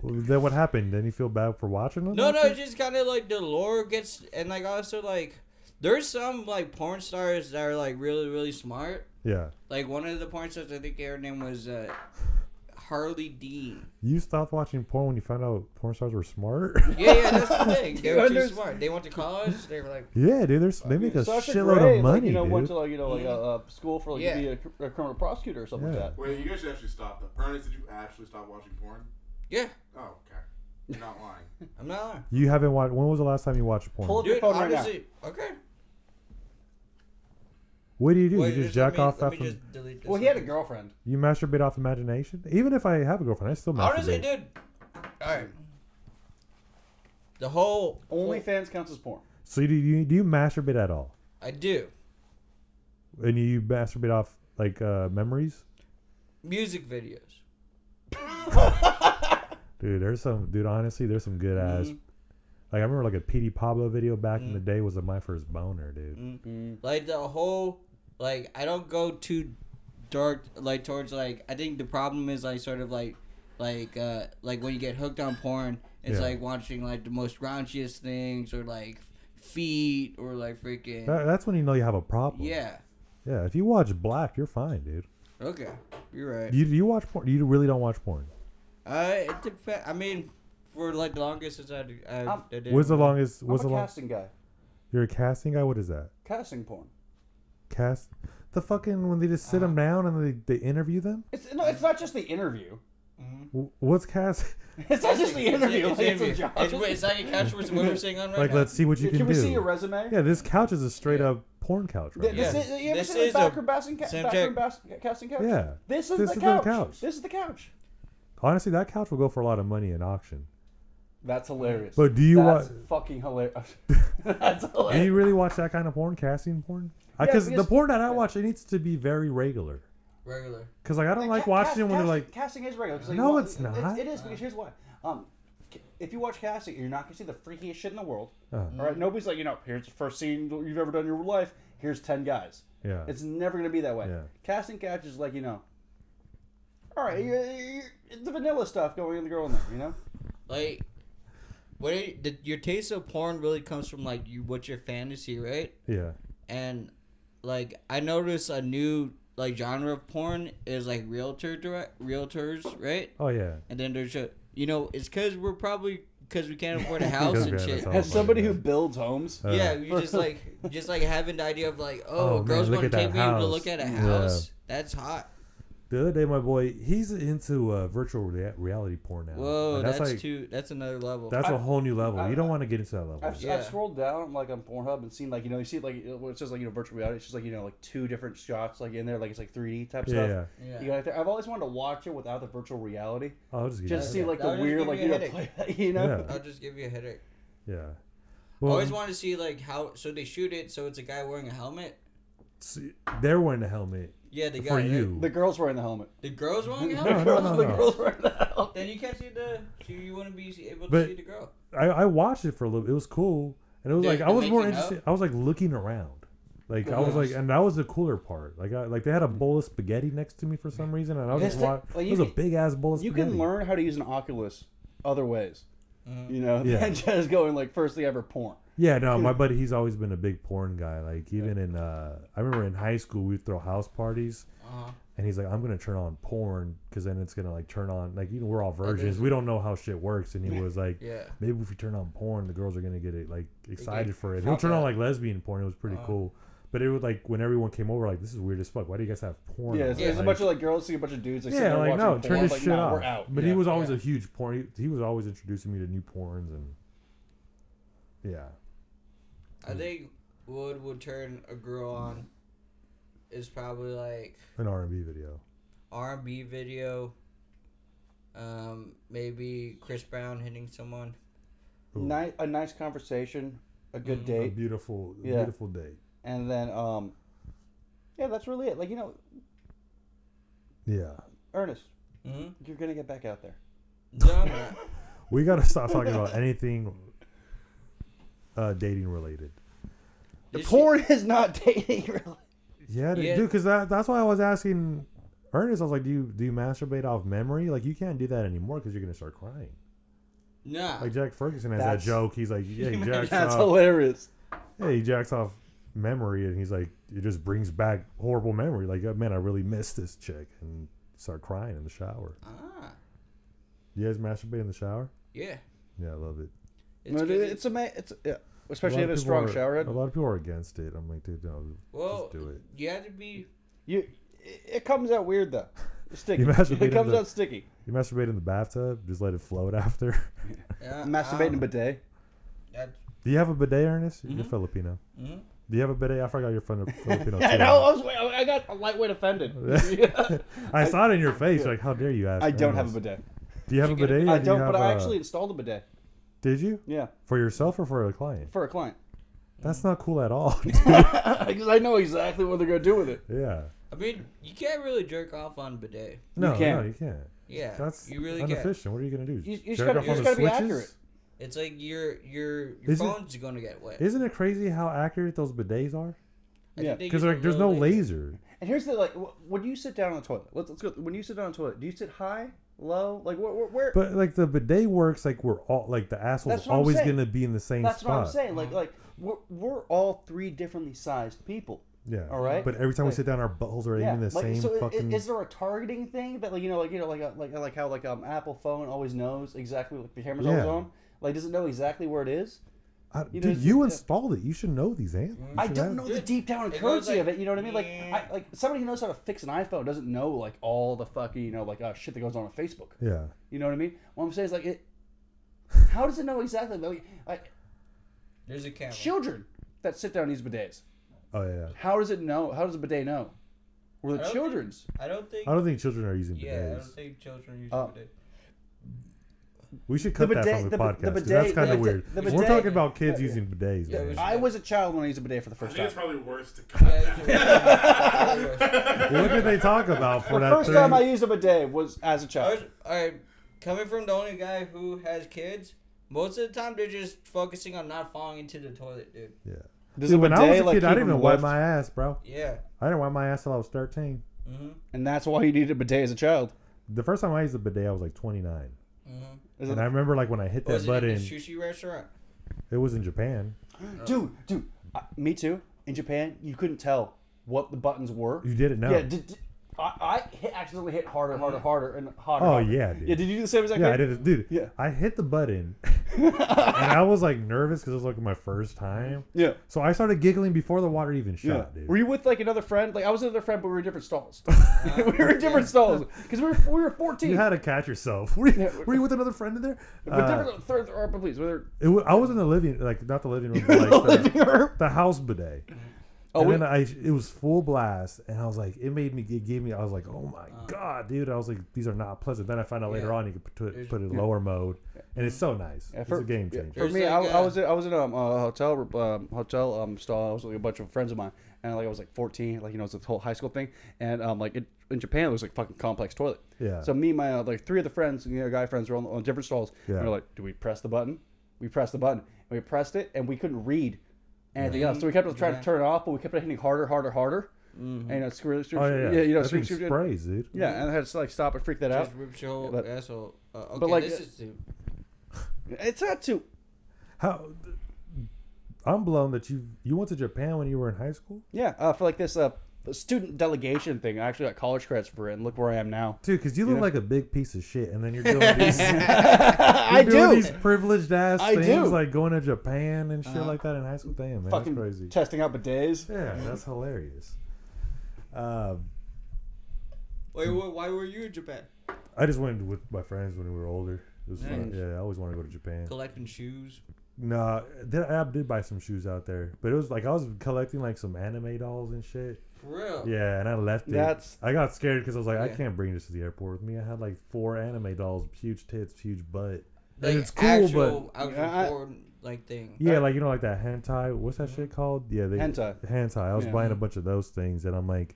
Well, then what happened? Then you feel bad for watching them? No, no, it's just kind of like the lore gets, and like also like there's some like porn stars that are like really really smart. Yeah. Like one of the porn stars, I think her name was uh, Harley Dean. You stopped watching porn when you found out porn stars were smart? <laughs> Yeah, yeah, <laughs> that's the thing. They You were too understand? smart. They went to college. They were like, yeah, dude. There's, they make a Sasha shitload Grey, of like, money, you know, dude. went to like you know like a, a school for like Yeah. to be a, cr- a criminal prosecutor or something Yeah. like that. Wait, you guys should actually stop that. Ernest, did you actually stop watching porn? yeah, Oh, okay. You're not lying. I'm not lying. You haven't watched. When was the last time you watched porn? Pull up your Dude, phone right now. honestly, okay. What do you do? Wait, you just let jack me- off let off me of, just delete this Well, he had a one. girlfriend. You masturbate off imagination? Even if I have a girlfriend, I still masturbate. Honestly, dude. All right. The whole OnlyFans counts as porn. So do you do you masturbate at all? I do And you masturbate off like uh, memories? music videos. Dude, there's some dude. Honestly, there's some good ass. Mm-hmm. Like I remember like a Petey Pablo video back in the Mm. day was a my first boner, dude. like the whole like i don't go too dark like towards like i think the problem is like sort of like like uh like when you get hooked on porn it's Yeah. like watching like the most raunchiest things or like feet or like freaking That, that's when you know you have a problem. yeah Yeah. If you watch black, you're fine, dude. okay you're right You do you watch porn? You really don't watch porn. uh it depends i mean for like the longest since i, I, I I'm- did What's the longest? What's I'm the a longest? casting guy. You're a casting guy. What is that? Casting porn. Cast. The fucking when they just Uh-huh. sit them down and they, they interview them. It's no, it's not just the interview. <laughs> Mm-hmm. Wh- What's cast? <laughs> It's not just the interview. it's, like, it's a interview. job. It's- wait, it's not your couch what we're sitting on right like, now let's see what you Can, can, we do. see your resume? Yeah, this couch is a straight up porn couch, Th- right? This now. is, you ever This seen the is a- bathroom basking ca- Sound bathroom check. bas- casting couch? Yeah. This is, This the, is the couch. couch. This is the couch. Honestly, that couch will go for a lot of money in auction. That's hilarious. But do you That's want- fucking hilarious. <laughs> That's <laughs> Do hilarious. you really watch that kind of porn, casting porn? Yeah, Because the because- porn that I watch, it needs to be very regular. regular Because like I don't like Ca- watching cast- it when they're casting- like, casting is regular. 'cause, like, No, you wa- it's not. It, it is because here's why. Um, c- if you watch casting, you're not gonna see the freakiest shit in the world. Uh-huh. All right, nobody's like you know. Here's the first scene you've ever done in your life. Here's ten guys. yeah, It's never gonna be that way. Yeah. Casting couch is like you know. All right, you- you- it's the vanilla stuff going in the girl in there. You know. Like, what are you, the, your taste of porn really comes from like you, what's your fantasy, right? yeah, And like, I noticed a new like genre of porn is like realtor direct realtors, right? oh yeah. And then there's a, you know, it's because we're probably because we can't <laughs> afford a house and Because we shit. have a house. As Oh my somebody who God. builds homes, <laughs> Uh, Yeah, you just like just like having the idea of like, Oh, oh, a man, girl's look gonna at that take me to house. look at a Yeah. house. That's hot. The other day, my boy, he's into uh, virtual rea- reality porn now. Whoa, Like, that's, like, too. That's another level. That's a whole new level. I- you don't want to get into that level. I've, Yeah. I've scrolled down like on Pornhub and seen like you know you see like uh, where it says like you know virtual reality. It's just like you know like two different shots like in there like it's like 3D type yeah, stuff. yeah. yeah. You go like that. I've always wanted to watch it without the virtual reality, Oh, I'll just get just into see yeah. like That the would just weird give like me you a know, play, <laughs> you know. Yeah. I'll just give you a headache. it. Yeah. I Well, always wanted to see like how. So they shoot it. So it's a guy wearing a helmet. see, they're wearing a helmet Yeah, the guy. for right? you. The girl's wearing the helmet. The girl's wearing The a helmet. no, girls, no, the no. girls wearing the helmet. <laughs> Then you can't see the. So you wouldn't be able to But- see the girl. I, I watched it for a little. It was cool, and it was Dude, like I the was more making interested. I was like looking around, like I was like, and that was the cooler part. Like I like they had a bowl of spaghetti next to me for some reason, and I was That's just the- watching. like, it you was a can- big ass bowl of You spaghetti. can learn how to use an Oculus other ways, Mm-hmm. you know, Yeah. than just going like firstly ever porn. Yeah, no, my buddy, he's always been a big porn guy. Like even in, uh I remember in high school we'd throw house parties, Uh-huh. and he's like, I'm gonna turn on porn because then it's gonna like turn on like you know we're all Oh, there's- virgins, we don't know how shit <laughs> works, and he was like, Yeah. maybe if we turn on porn, the girls are gonna get it like excited for it. fuck He'll turn on yeah. like lesbian porn. It was pretty cool, but it was like when everyone came over, like this is weird as fuck. Why do you guys have porn? Yeah, on?" it's, it's a Like, bunch of like girls see a bunch of dudes like, sitting yeah, there like watching no, porn. turn this like, shit nah, off. We're out. But Yeah. he was always yeah. a huge porn. He, he was always introducing me to new porns and yeah, Hmm. I think what would turn a girl on is probably like an R and B video. R and B video. Um, maybe Chris Brown hitting someone. Ooh. Ni- a nice conversation, a good A date, beautiful, Yeah. beautiful date. and then um, yeah, that's really it. Like you know, Yeah, Ernest, Hmm? Mm-hmm. you're gonna get back out there. No, I'm <laughs> not. we gotta stop talking about anything uh, dating related. The This shit- porn <laughs> is not dating really. Yeah, dude, Yeah. because that, that's why I was asking Ernest, I was like, do you do you masturbate off memory? Like you can't do that anymore because you're gonna start crying. Nah. Like Jack Ferguson has That's- that joke. He's like, <laughs> yeah, he jacks That's off. hilarious. Yeah, he jacks off memory, and he's like, it just brings back horrible memory. Like, oh, man, I really miss this chick, and start crying in the shower. ah. You guys masturbate in the shower? Yeah. Yeah, I love it. It's, 'cause No, dude, it's- it's a ma- it's yeah. A especially lot if of it's people strong are- showerhead. A lot of people are against it. I'm like, dude, no, well, just do it. You had to be. You, it- it comes out weird <laughs> though. It's Sticky. You it masturbate in comes the- out sticky. You masturbate in the bathtub, just let it float <laughs> after. Uh, Masturbating bidet. That, do you have a bidet, Ernest? Mm-hmm. You're Filipino. Mhm. Do you have a bidet? I forgot you're <laughs> Fili- Filipino too. I know. I, was, I got a lightweight <laughs> offended. I saw it in your face. Like, how dare you <laughs> ask? I don't have a Ernest. bidet. Do you have a Did you get a- bidet? or I do you don't, but have I a- actually installed a bidet. Did you Yeah, for yourself or for a client? for a <laughs> client, <laughs> Mm. That's not cool at all. <laughs> because I know exactly what they're gonna do with it. yeah. I mean, you can't really jerk off on bidet. No, no, can't. you can't. Yeah. That's you really can't. inefficient. What are you gonna do? You- you just Jerk gotta- off you on just gotta the be switches? accurate. It's like your your your Is it- phone's gonna get wet. Isn't it crazy how accurate those bidets I are? think Yeah. they Because use a like, there's no little laser. laser. And here's the like, wh- when you sit down on the toilet, let's, let's go. When you sit down on the toilet, do you sit high, low? Like where? where, where But like the bidet works like we're all like the asshole's That's what I'm always saying. gonna be in the same that's spot. what I'm saying. Like like we're, we're all three differently sized people. Yeah. All right? But every time we Like- sit down, our buttholes are aiming the like, same so i- i- fucking. is there a targeting thing that like you know like you know like a, like like how like um Apple phone always knows exactly what the camera's always Yeah. on? Like does it know exactly where it is? I, you dude, know, it's- you yeah. installed it. You should know these ants. I don't know the Dude, deep down it goes currency like, of it. You know what I mean? Like, "Yeah." I, like somebody who knows how to fix an iPhone doesn't know like all the fucking you know like uh, shit that goes on on Facebook. Yeah. You know what I mean? What I'm saying is like it. How does it know exactly? Like, like There's a camera. children that sit down and use bidets. Oh yeah. How does it know? How does a bidet know? Were I the don't children's? I don't think. I don't think children are using yeah, I bidets. don't think children use Uh, bidet. we should cut that bidet- from the, the bi- podcast. the 'cause that's bidet- kind the of bi- weird. the We're bidet- talking about kids using bidets. Yeah, man. we I was a child when I used a bidet for the <laughs> I first think time. it's probably worse to cut Yeah, that. it's- it's <laughs> worse. what did they talk about for The that? first time I 30 used a bidet was as a I child. was- Alright, coming from the only guy who has kids, most of the time they're just focusing on not falling into the toilet, dude. Yeah. Does Dude, a when I was bidet, a like, kid, I keep didn't him even wipe left? my ass, bro. Yeah. I didn't wipe my ass till I was 13. Mm-hmm. and that's why you needed a bidet as a child. The first time I used a bidet, I was like 29. Mm-hmm. Is it- And I remember like when I hit that Was it in button, a sushi restaurant? it was in Japan. dude, dude, I, me too. In Japan, you couldn't tell what the buttons were. You did it now. Yeah, did, did, I, I hit, accidentally hit harder, harder, harder, and hotter. Oh, hotter. yeah, dude. Yeah, did you do the same exact Yeah, thing? I did it, dude. Yeah. I hit <laughs> the button, and I was like nervous because it was like my first time. Yeah. So I started giggling before the water even Yeah. shot, dude. Were you with like another friend? Like I was with another friend, but we were in different <laughs> stalls. <laughs> we were in different stalls because we were we were fourteen. You had to catch yourself. <laughs> Were you, Yeah. were you with another friend in there? but Uh, different third or upper, please. Whether it wa- I was in the living, like not the <laughs> living room, but like the, the house bidet. oh, and we, then I, it was full blast, and I was like, it made me, it gave me, I was like, oh my Uh. god, dude, I was like, these are not pleasant. Then I found out later Yeah. on you could put There's- it, put it in lower mode, and it's so nice. Yeah, it's a game yeah, changer. for There's me, like I, I a- was in, I was in a, um, a hotel um, hotel um, stall. I was with a bunch of friends of mine, and like I was like 14, like you know, it's the whole high school thing. And um, like it, in Japan, it was like fucking complex toilet. Yeah. So me, and my uh, like three of the friends, you know, guy friends, were on, on different stalls. Yeah. And we're like, do we press the button? We pressed the button. And we pressed it, and we couldn't read anything else. So we kept on trying Yeah. Mm-hmm. to turn it off, but we kept on hitting harder, harder, harder. And you know, screw, screw, Oh yeah, yeah. you know, that screw, thing screw, screw. sprays, dude. Yeah, and I had to like stop and freak that out. Just ripped your whole But- asshole. Uh, okay, like, this uh, is too. It's not too. How? I'm blown that you you went to Japan when you were in high school, Yeah, uh, for like this uh, student delegation thing, I actually got college credits for it, and look where I am now. dude. Because you look like a big piece of shit, and then <laughs> you're doing these, <laughs> you're I doing do. these privileged ass I things do. like going to Japan and Uh-huh. shit like that in high school. Damn, man, Fucking that's crazy. testing out bidets. yeah, that's hilarious. Um, Wait, wh- why were you in Japan? I just went with my friends when we were older. It was fun. Nice. Yeah, I always wanted to go to Japan. Collecting shoes. Nah, then I did buy some shoes out there, but it was like I was collecting like some anime dolls and shit. For real? Yeah, and I left it. That's- I got scared because I was like, I Yeah. can't bring this to the airport with me. I had like four anime dolls, huge tits, huge butt. Like, and it's cool, actual, but actual Yeah, I- porn, like thing. yeah, like you know, like that hentai. What's that shit called? Yeah, they, Hentai. Hentai. I was Yeah. buying a bunch of those things, and I'm like,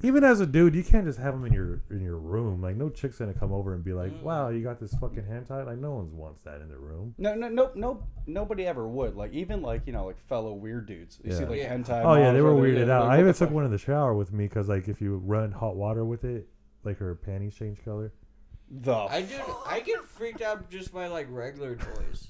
even as a dude, you can't just have them in your in your room. Like, no chick's gonna come over and be like, "Wow, you got this fucking hentai." Like, no one wants that in their room. No, no, no, no. Nobody ever would. Like even like you know like fellow weird dudes. You see Yeah. like Yeah. hentai. Oh yeah, models they were or they're- weirded they're out. like, I what even the took fuck? one in the shower with me because like if you run hot water with it, like her panties change color? The I do. I get freaked out just by like regular toys,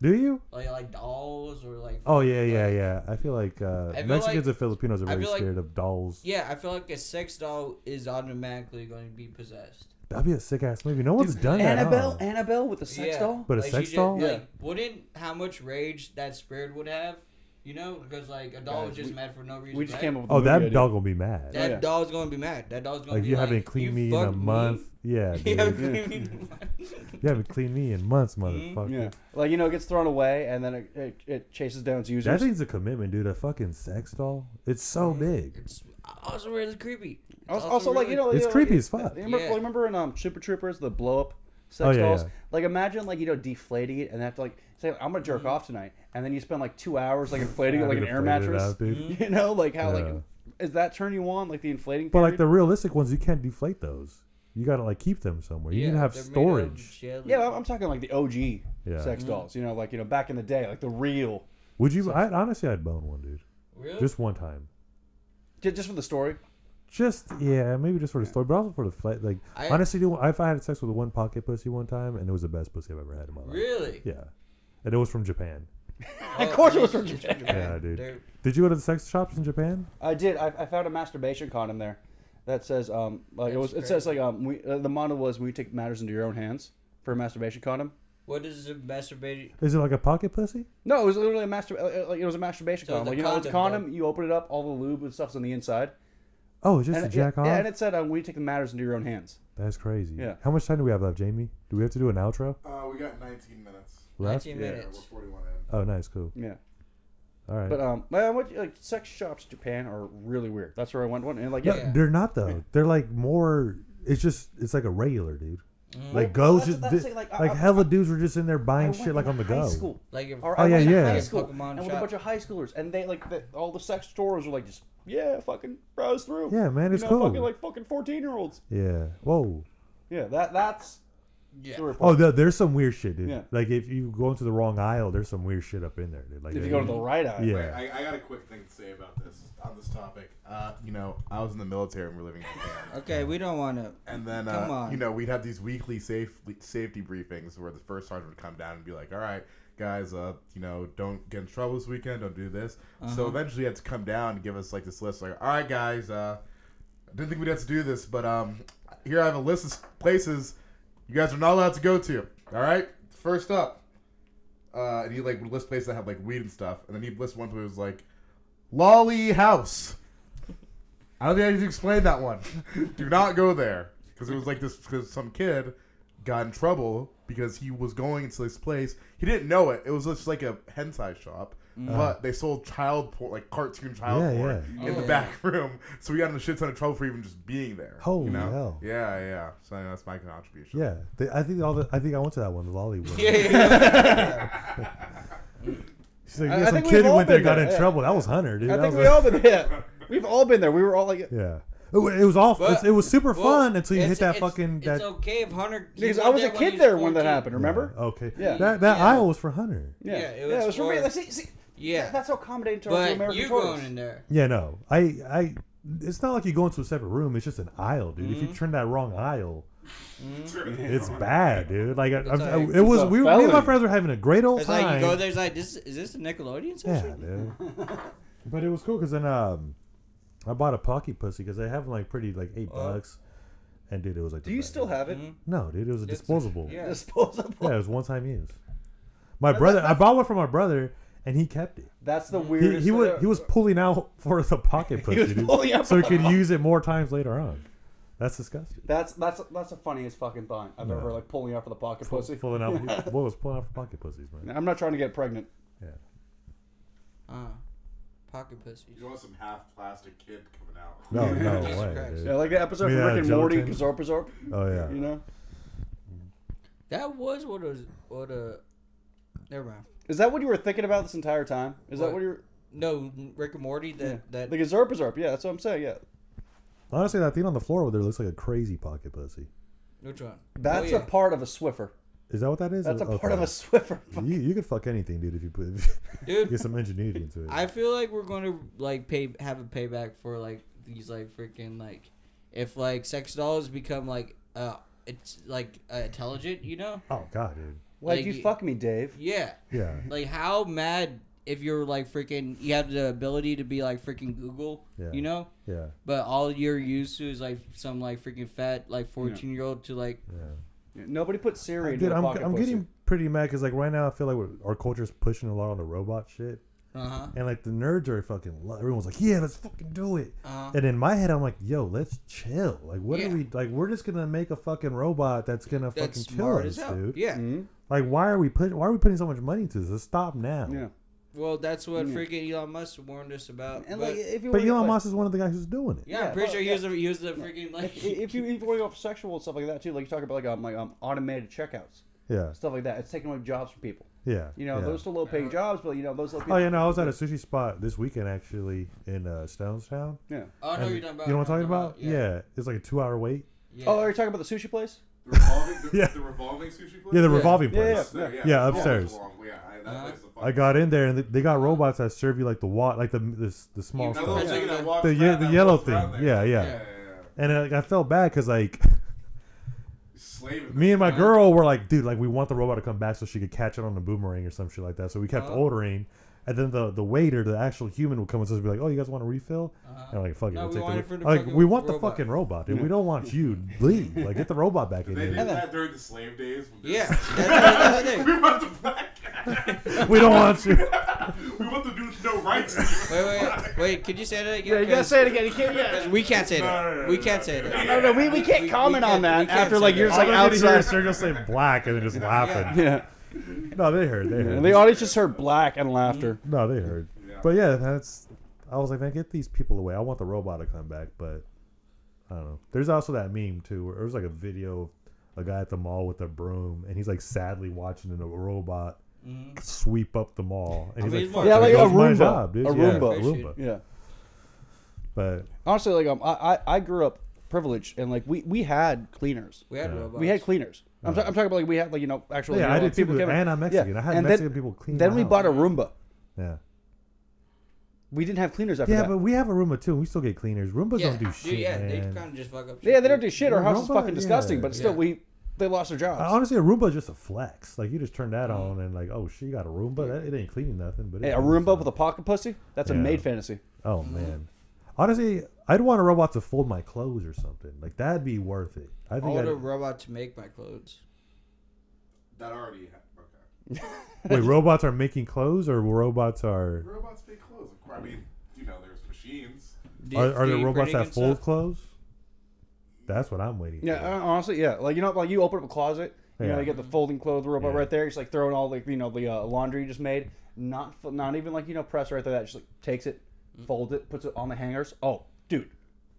Do you? like like dolls or like. Oh yeah, yeah, yeah. I feel like uh, I feel like- Mexicans and Filipinos are I very feel like- scared of dolls. Yeah, I feel like a sex doll is automatically going to be possessed. That'd be a sick ass movie. No one's done that. Annabelle, huh? Annabelle with the sex yeah. doll. But a like, she sex just- doll? Like, wouldn't how much rage that spirit would have? You know, because like a Guys, doll was just we- mad for no reason. We just right? came up with. a Oh, movie that idea. dog gonna be mad. That yeah. doll's gonna be mad. That doll's gonna like be you like, haven't cleaned me in a fucked me." month. Yeah, dude. <laughs> You haven't Yeah. cleaned me in a month. <laughs> you haven't cleaned me in months, Mm-hmm. motherfucker. Yeah, like you know, it gets thrown away, and then it, it, it chases down its users. That thing's a commitment, dude. A fucking sex doll. It's Mm-hmm. so big. It's also really creepy. It's also, also, like you know, It's you know, creepy like, as fuck. Remember, Yeah. remember in um, Super Troopers the blow up sex Oh, yeah, dolls? yeah. Like imagine like you know deflating it and that's like say I'm gonna Mm-hmm. jerk off tonight, and then you spend like two hours like inflating it like an Having to air play it mattress. out, dude. Mm-hmm. <laughs> You know, like how Yeah. like is that turn you on like the inflating? But like the period? realistic ones, you can't deflate those. You gotta like keep them somewhere. You need to have they're made out of storage. jelly. yeah, I'm, I'm talking like the OG Yeah. Mm-hmm. sex dolls. You know, like you know back in the day, like the real Would you? I honestly, I'd bone one, dude. Really? Just one time. ju- just for the story. Just yeah, maybe just for the story, but also for the flight. Like I- honestly, dude, if I had sex with one pocket pussy one time, and it was the best pussy I've ever had in my life. really? Yeah, and it was from Japan. of course, it was from it's- it's Japan. Yeah, dude. They're- Did you go to the sex shops in Japan? I did. I, I found a masturbation condom there that says um like it was That's it says like um we uh, the motto was we take matters into your own hands for a masturbation condom. What is a masturbating? Is it like a pocket pussy? No, it was literally a mastur- uh, uh, like it was a masturbation So condom. the Like you know, it's a condom, condom. You open it up, all the lube and stuff's on the inside. Oh, it's just And a it- jack yeah, off. Yeah, and it said um, we take the matters into your own hands. That's crazy. Yeah. How much time do we have left, Jamie? Do we have to do an outro? Uh, we got 19 minutes. Left. 19 Yeah. Yeah, we're minutes. 41 in. Oh, nice, cool. Yeah, All right. but um, I went like sex shops in Japan are really weird. That's where I went one and like No, yeah. Yeah. they're not though. They're like more. It's just it's like a regular dude. Like Mm. Well, go that's- just that's thi- the thing, like, like, I- I- hella dudes were just in there I buying went shit like in on the high go. School. Like if Or Oh, I yeah, went to yeah. High school, Pokemon and with a shop. bunch of high schoolers, and they like the, all the sex stores were like just yeah, fucking browse through. Yeah, man, You it's know, cool. Fucking like fucking fourteen year olds. Yeah. Whoa. Yeah, that that's yeah. the report. Oh, there- there's some weird shit, dude. Yeah. Like if you go into the wrong aisle, there's some weird shit up in there, dude. Like if you go to the right eye. Yeah. Wait, I, I got a quick thing to say about this, on this topic. Uh, you know, I was in the military and we're living in Japan. <laughs> Okay, we don't <laughs> want to. And then, Come uh, on. you know, we'd have these weekly safe, safety briefings where the first sergeant would come down and be like, all right, guys, uh, you know, don't get in trouble this weekend. Don't do this. Uh-huh. So eventually he had to come down and give us, like, this list. Like, all right, guys, uh, I didn't think we'd have to do this, but um, here I have a list of places you guys are not allowed to go to. All right? First up. Uh, and he, like, would list places that have, like, weed and stuff. And then he'd list one place that was, like, Lolly House. I don't think I need to explain that <laughs> one. Do not go there because it was like this. Because some kid got in trouble because he was going into this place. He didn't know it. It was just like a hentai shop, but they sold child porn, like cartoon child Yeah, porn, yeah. in the Oh. back <laughs> room. So we got in a shit ton of trouble for even just being there. Holy you know? hell. Yeah, yeah. So anyway, that's my contribution. Yeah. They, I think all the I think I went to that one, the lolly one. Yeah, <laughs> yeah, <laughs> She's like, I- yeah, I some think kid we've who all went there been got there, in yeah. trouble. That was Hunter, dude. I That think was we like- all been there. We've all been there. We were all like, Yeah. It, wa- it was all. But- it's- it was super well, fun until you it's- hit that it's- fucking that. It's okay if Hunter. he because I went was a there when he kid there when 14. that happened. Yeah, Remember? Okay. Yeah. That that Yeah. aisle was for Hunter. Yeah, Yeah, it yeah, was for me. for- Like, see, see, Yeah. that's how accommodating to our But American you tourists. going in there? Yeah. No. I I. It's not like you go into a separate room. It's just an aisle, dude. If Mm-hmm. you turn that wrong aisle, it's bad, dude. Like, I, I'm, like- I- it Mm-hmm. It's was. a We were, me and my felony. friends were having a great old It's time. like you go there. It's like this. Is this a Nickelodeon Yeah, session? dude. <laughs> but it was cool because then um, I bought a pocky pussy because they have like pretty like eight Oh. bucks, and dude, it was like. Do the you best. still have it? No, dude, it was a It's- disposable. Mm-hmm. yeah. Disposable. <laughs> Yeah, it was one time use. My brother, I bought one for my brother, and he kept it. That's the He, weirdest. he was thing he was pulling out <laughs> for <laughs> the pocket pussy, was dude, pulling out so he for could the- use it more times later on. That's disgusting. That's that's that's the funniest fucking thing I've ever like pulling out for the pocket pussy. Pulling out, what was pulling out for pocket pussies, man? I'm not trying to get pregnant. Yeah. Uh, pocket pussies. You want some half plastic kid coming out? No, no <laughs> Jesus way, Christ. dude. Yeah, like the episode Yeah, from Rick and Morty, gelatin. Kazorp, Kazorp. Oh yeah. You know, That was what was what a. Never mind. is that what you were thinking about this entire time? Is that What? what you were? No, Rick and Morty. That that. Oh, The Kazorp, Kazorp. Yeah, that's what I'm saying. Yeah, Honestly, that thing on the floor over there looks like a crazy pocket pussy. which one? that's oh, a part of a Swiffer. Is that what that is? That's a Okay. part of a Swiffer. <laughs> You, you could fuck anything, dude, if you put <laughs> if you dude. get some ingenuity into it. I feel like we're going to like pay have a payback for like these like freaking like if like sex dolls become like uh it's like uh, intelligent, you know? Oh god, dude. Like, Like, you you- fuck me, Dave. Yeah. Yeah. Like how mad if you're like freaking you have the ability to be like freaking Google, Yeah. you know? Yeah. But all you're used to is like some like freaking fat like 14 year old to like Yeah. Nobody put Siri into Dude, a I'm, pocket I'm pussy. getting pretty mad because like right now I feel like we're, our culture's pushing a lot on the robot shit, uh huh and like the nerds are fucking. Lo- everyone's like, yeah, let's fucking do it. uh huh And in my head, I'm like, yo, let's chill. Like, what Yeah. are we like? We're just gonna make a fucking robot that's gonna that's fucking kill smart as us, hell. dude. Yeah. Mhm. Like, why are we putting why are we putting so much money into this? Let's stop now. Yeah. Well, that's what Mm-hmm. Yeah. freaking Elon Musk warned us about. And but- like, if you But wanna- Elon like- Musk is one of the guys who's doing it. yeah, yeah, I'm pretty but- sure he yeah. was the he was the freaking <laughs> like if, if you if you want to go for sexual and stuff like that too, like you talk about like um like um automated checkouts Yeah, stuff like that, it's taking away jobs from people. yeah. You know, yeah. those are low paying jobs, but you know those low. Oh yeah, no, I was at a sushi spot this weekend actually in uh, Stonestown. yeah. <laughs> oh no, And- you're talking about You know what I'm talking about? Yeah. Yeah. it's like a two hour wait. yeah. Oh, are you talking about the sushi place? The revolving, <laughs> the, Yeah. the revolving sushi place? Yeah, the revolving Yeah, yeah, place. Upstairs, yeah. Yeah, that's upstairs. long. Yeah, I, that Uh-huh. place is a fucking- I got in there and they- they got robots that serve you like the wa- like the the, the small You Now know the stuff. little Yeah. thing that walks The ye- around- the that yellow walks around thing. there. Yeah, yeah. yeah. yeah. And uh, like, I felt bad <laughs> because like Slaving me and my Huh? girl were like, dude, like we want the robot to come back so she could catch it on the boomerang or some shit like that. So we kept Huh? ordering, and then the the waiter, the actual human, would come and just be like, oh, you guys want a refill? Uh-huh. And I'm like, fuck it, Uh, No, we'll we take the wanted re-" for the I'm like fucking we want the robot. fucking <laughs> robot, dude. We don't want you. Leave, like get the robot back in They did here. that during the slave days. when Yeah, there's- that's, that's the thing. <laughs> we want the black <laughs> guy. we don't want <laughs> you. we want the dude with no rights. Wait, wait, wait. Could you say that again? Yeah, you gotta 'Cause- say it again. You can't. Yeah. <laughs> 'cause we can't say No, no, that. no, We no, can't no, say no, that. No, no, we, we can't We- we comment on can't- that we can't after say like that. you're just All like I did hear is outside. Sergio say black and <laughs> then just laughing. Yeah. No, they heard. They And heard. the audience just heard black and laughter. No, they heard. Yeah. But yeah, that's. I was like, man, get these people away. I want the robot to come back, but I don't know. There's also that meme too, where it was like a video, of a guy at the mall with a broom, and he's like sadly watching a robot sweep up the mall, and I mean, he's like, it's more- "Fuck, Yeah, like that a was my Roomba. job, dude. A yeah, Roomba. Roomba. Yeah. But Honestly, like um, I, I I grew up privileged and like we we had cleaners. We had robots. We had cleaners. I'm, ta- I'm talking about like we had like you know actually. Yeah, you know, I did like, people too, came in- and I'm Mexican. I had Mexican then, people clean Then my we house. bought a Roomba. yeah, We didn't have cleaners after yeah, that. but we have a Roomba too. and We still get cleaners. Roombas yeah, don't do dude, shit, yeah, they man. kind of just fuck up. yeah, they don't do shit. Our Yeah, house is Roomba, fucking disgusting. yeah. But still, Yeah. we they lost their jobs. Uh, Honestly, a Roomba is just a flex. Like you just turn that on and like, oh, she got a Roomba. That, it ain't cleaning nothing, but it Mm. Hey, a does Roomba something. with a pocket pussy? That's a Mm-hmm. Yeah. maid fantasy. Oh man, honestly, I'd want a robot to fold my clothes or something. Like that'd be worth it. I I Oh, think. want I'd, a robot to make my clothes. That already happened. Okay. wait, robots are making clothes, or robots are Robots make clothes. Of course. I mean, you know, there's machines. Do- are, are there 3D robots printing that and fold stuff? clothes? That's what I'm waiting. Yeah, for. uh, honestly, yeah. Like you know, like you open up a closet, you know, Yeah. you get the folding clothes robot Yeah. right there. It's like throwing all like you know the uh, laundry you just made. Not fo- not even like you know press right there. That just like takes it, Mm. folds it, puts it on the hangers. Oh, dude,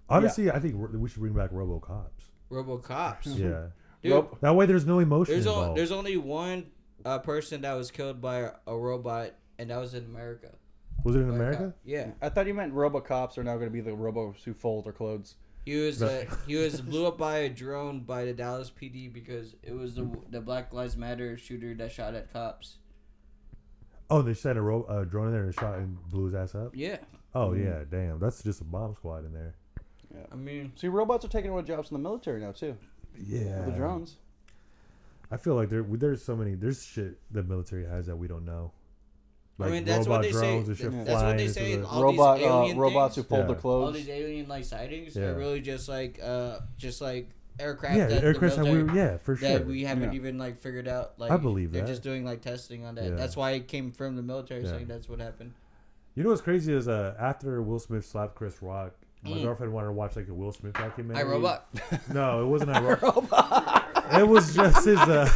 honestly, I think we we should bring back RoboCops. Mm-hmm. RoboCops. Yeah, Dude, Rob- that way there's no emotion there's only involved. there's only one uh, person that was killed by a robot, and that was in America. Was it in uh, America? Yeah, I thought you meant RoboCops are now going to be the robos who fold their clothes. he was uh, he was blew up by a drone by the Dallas PD because it was the the Black Lives Matter shooter that shot at cops. Oh, they sent a ro- uh, drone in there and shot and blew his ass up. Yeah, Oh Mm-hmm. yeah, damn, that's just a bomb squad in there. I mean, See, robots are taking away jobs in the military now too. Yeah, The drones. I feel like there there's so many there's shit the military has that we don't know. I mean, that's what they say- and shit that's what flying they into say the- All these Robot uh, alien robots who things? fold Yeah. their all clothes. <laughs> these alien like sightings Yeah. are really just like uh just like aircraft. yeah, that the aircraft. that military- we, yeah, for sure. that we haven't Yeah. even like figured out. Like I believe they're that. just doing like testing on that. Yeah. That's why it came from the military Yeah. saying that's what happened. you know what's crazy is uh, after Will Smith slapped Chris Rock, my Mm. girlfriend wanted to watch like a Will Smith documentary. I <laughs> robot. No, <laughs> it wasn't I robot. it was just his. Uh,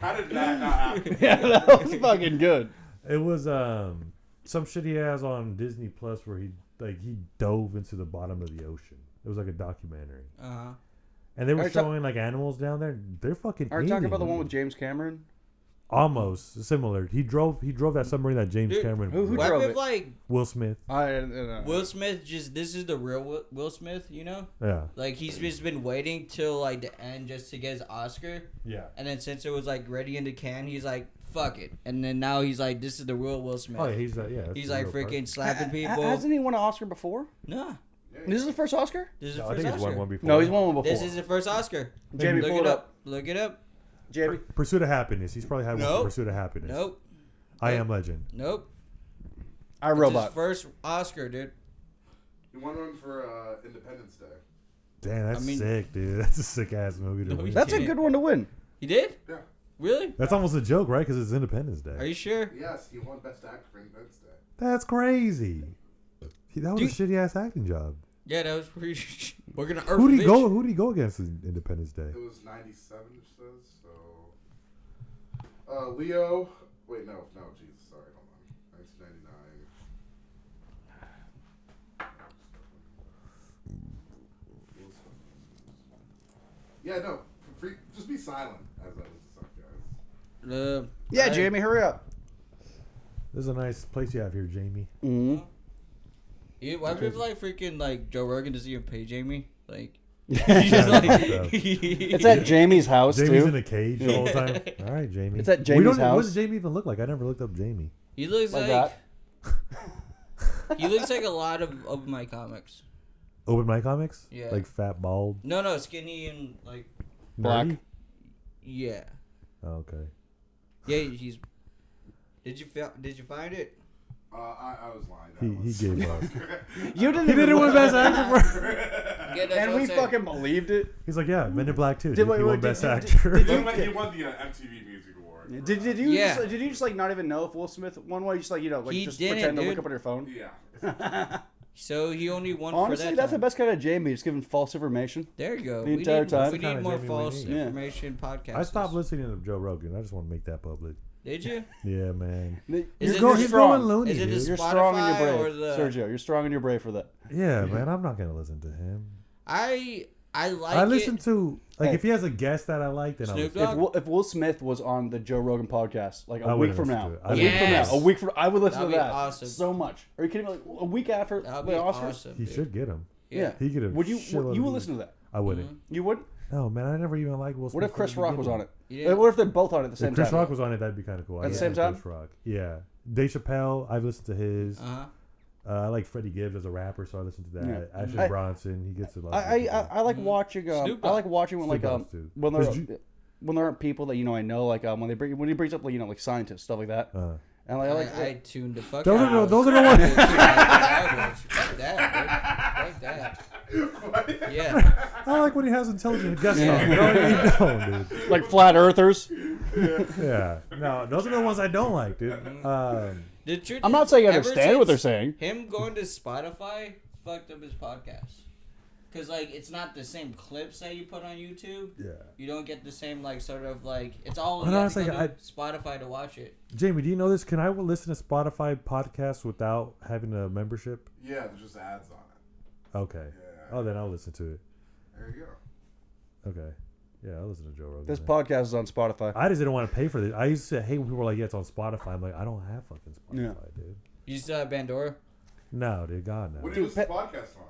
How did that <laughs> not happen? yeah, that was fucking <laughs> good. it was um some shit he has on Disney Plus where he like he dove into the bottom of the ocean. It was like a documentary, Uh huh. and they Are were you ta- showing like animals down there. They're fucking. Are you talking eating about the one them. with James Cameron? almost similar. He drove he drove that submarine that James Dude, Cameron who- who What drove if it? like Will Smith. I, I, I, Will Smith just this is the real Will- Will Smith, you know? Yeah. Like he's just been waiting till like the end just to get his Oscar, Yeah. and then since it was like ready in the can, he's like fuck it, and then now he's like this is the real Will Smith. Oh yeah, he's uh, yeah. that's He's the like real part. freaking slapping Ha- people. Hasn't he won an Oscar before? Nah. This is the first Oscar? This is No, the I first think he's won Oscar. one before. No, he's won one before. This is the first Oscar. Jamie, Look pull it it up. up. Look it up. Jamie. Pursuit of Happiness. He's probably had one Nope. for Pursuit of Happiness. Nope. I Am Legend. Nope. I It's Robot. His first Oscar, dude. He won one for uh, Independence Day. Damn, that's I mean- sick, dude. <laughs> That's a sick ass movie to No, win. he's- That's a good one to win. He did? Yeah. Really? That's almost a joke, right? Because it's Independence Day. Are you sure? Yes, he won Best Actor for Independence Day. That's crazy. He- That was a Dude- shitty ass acting job. Yeah, that was pretty. <laughs> We're gonna. Earth Who do you bitch. go? Who do you go against in Independence Day? It was 97, it says, so. Uh, Leo. Wait, no, no, Jesus, sorry, hold on. 1999. Yeah, no, free, just be silent as I was suck, guys. Uh, Yeah, I- Jamie, hurry up. This is a nice place you have here, Jamie. <laughs> Mm-hmm. <laughs> You, why would like freaking like Joe Rogan doesn't even pay Jamie? <laughs> Like. <laughs> he's just like- <laughs> Yeah. It's at Jamie's house, Jamie's too. in a cage the whole time. <laughs> All right, Jamie. It's at We Jamie's don't- What house. does Jamie even look like? I never looked up Jamie. he looks like like. that. <laughs> he looks like a lot of of my comics. Open mic comics. Yeah. Like fat, bald, No, no, skinny and like Black. nerdy? yeah, Oh, okay. yeah. He's. Did you fi- Did you find it? Uh, I, I was lying. He, he gave <laughs> up. You didn't. he even didn't win look. best actor. For... Yeah, that's And what we I'm saying. fucking believed it. He's like, yeah, Men in Black too. Did- he wait, won wait, best did- did- actor. <laughs> did- He won, he won the uh, MTV Music Award. for, Did, did uh, you Yeah. just, did you just like not even know if Will Smith won one? You just like you know like He just didn't, pretend to dude. look up on your phone. <laughs> Yeah. So he only won for Honestly, that. that's the time. best kind of Jamie. Just giving false information. There you go. The we entire need, time. We Kinda need more Jamie we false need. Yeah. information podcasts. I stopped listening to Joe Rogan. I just want to make that public. Did you? Yeah, man. Is you're it going, the he's strong. going loony, Is it dude. his- You're strong and Spotify you're or brave, the- Sergio. You're strong and you're brave for that. Yeah, man. I'm not gonna listen to him. I I like. I, listen It. to like Hey. if he has a guest that I like, then Snoop I'll If Dogg. Will, if Will Smith was on the Joe Rogan podcast, like a I week would've from listened now, to it. I a would've week from now, listened to a it. week from, I would listen That'd to be that awesome. so much. Are you kidding me? Like a week after That'd the be Oscars, awesome. He dude. should get him. yeah. Yeah. He could have. Would you? you would listen to that? I wouldn't. Mm-hmm. You would? No, man. I never even liked Will. Smith What if from Chris the Rock was on beginning. it? Yeah. What if they're both on it at the If same Chris time? Rock was on it, that'd be kind of cool. I At the same like Chris Rock. Yeah. Dave Chappelle. I've listened to his. Uh huh. Uh, I like Freddie Gibbs as a rapper, so I listen to that. Yeah. Ashton I- Bronson. He gets a lot. of I, I, people. I, I like watching. Um, Mm. Snoop I Dogg. like watching when Snoop like um Dogg's too. when there Is you- when there aren't people that you know I know like um when they bring when he brings up like, you know like scientists stuff like that Uh, and like I I, like I tuned the fuck those out. are the, of those are it. the Fuck ones. that, dude. Fuck that. dude. Fuck that. Yeah. I like when he has <laughs> intelligent guests on. Yeah. You know, <laughs> you don't, dude. like flat earthers. Yeah. No, those are the ones I don't like, dude. Mm-hmm. Um, The truth I'm not is, saying I ever understand what they're since saying. Him going to Spotify fucked up his podcast. Cause like it's not the same clips that you put on YouTube. yeah. You don't get the same like sort of like it's all But you honestly, have I- to go to Spotify to watch it. Jamie, do you know this? Can I listen to Spotify podcasts without having a membership? Yeah, there's just ads on it. Okay. Yeah. Oh, then I'll listen to it. There you go. Okay. Yeah, I'll listen to Joe Rogan. This then. podcast is on Spotify. I just didn't want to pay for this. I used to hate when people were like, "Yeah, it's on Spotify." I'm like, I don't have fucking Spotify, dude. You still have Bandora? No, dude, God no. What is Dude, this Pe- podcast on?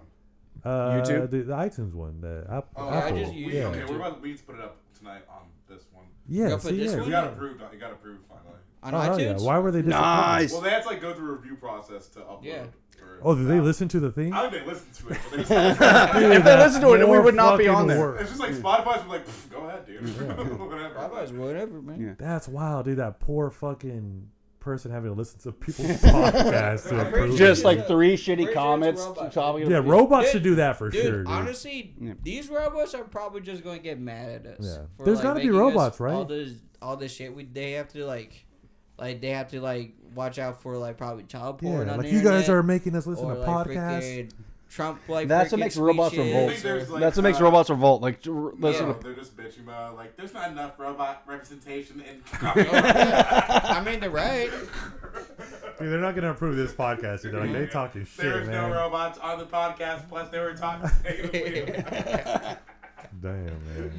Uh, YouTube? the, the iTunes one, the App- Oh, I Apple. just we, use yeah, Okay, YouTube. we're about to we need to put it up tonight on this one. yeah. Y'all put See, this yeah. one? It got approved. It got approved finally. On Oh, hell yeah. iTunes? Why were they disappointed? Nice. Well, they had to like go through a review process to upload. Yeah. for- Uh, Oh, did they listen to the thing? I think they listened to it. But they <laughs> just, if they listened to it, we More would not be fucking on there. work. it's just like Spotify's like, "Pff, go ahead, dude. <laughs> Whatever. Spotify's whatever, man. Yeah. That's wild, dude. That poor fucking person having to listen to people's <laughs> podcasts to I'm pretty approve it. sure Just like three Pretty sure shitty it's comments. robots. talking yeah, about- robots Dude, should do that for Dude, sure. Dude. honestly, Yeah. these robots are probably just going to get mad at us. Yeah. for, There's gotta be making us robots, right? All this, all this shit. We they have to like, like they have to like watch out for like probably child yeah, porn. on like the you guys internet, are making us listen or, to like, podcasts. freaking Trump like That's what freaking makes robots speeches, revolt. I think or- there's, like- That's what makes uh, robots revolt. Like to re- That's listen. Yeah. to- they're just bitching about like there's not enough robot representation <laughs> in. Oh, Oh, I mean, they're right. Dude, they're not gonna approve this podcast. Dude. Like they talking shit, There's no man. robots on the podcast. Plus, they were <laughs> talking. <laughs> Damn, man.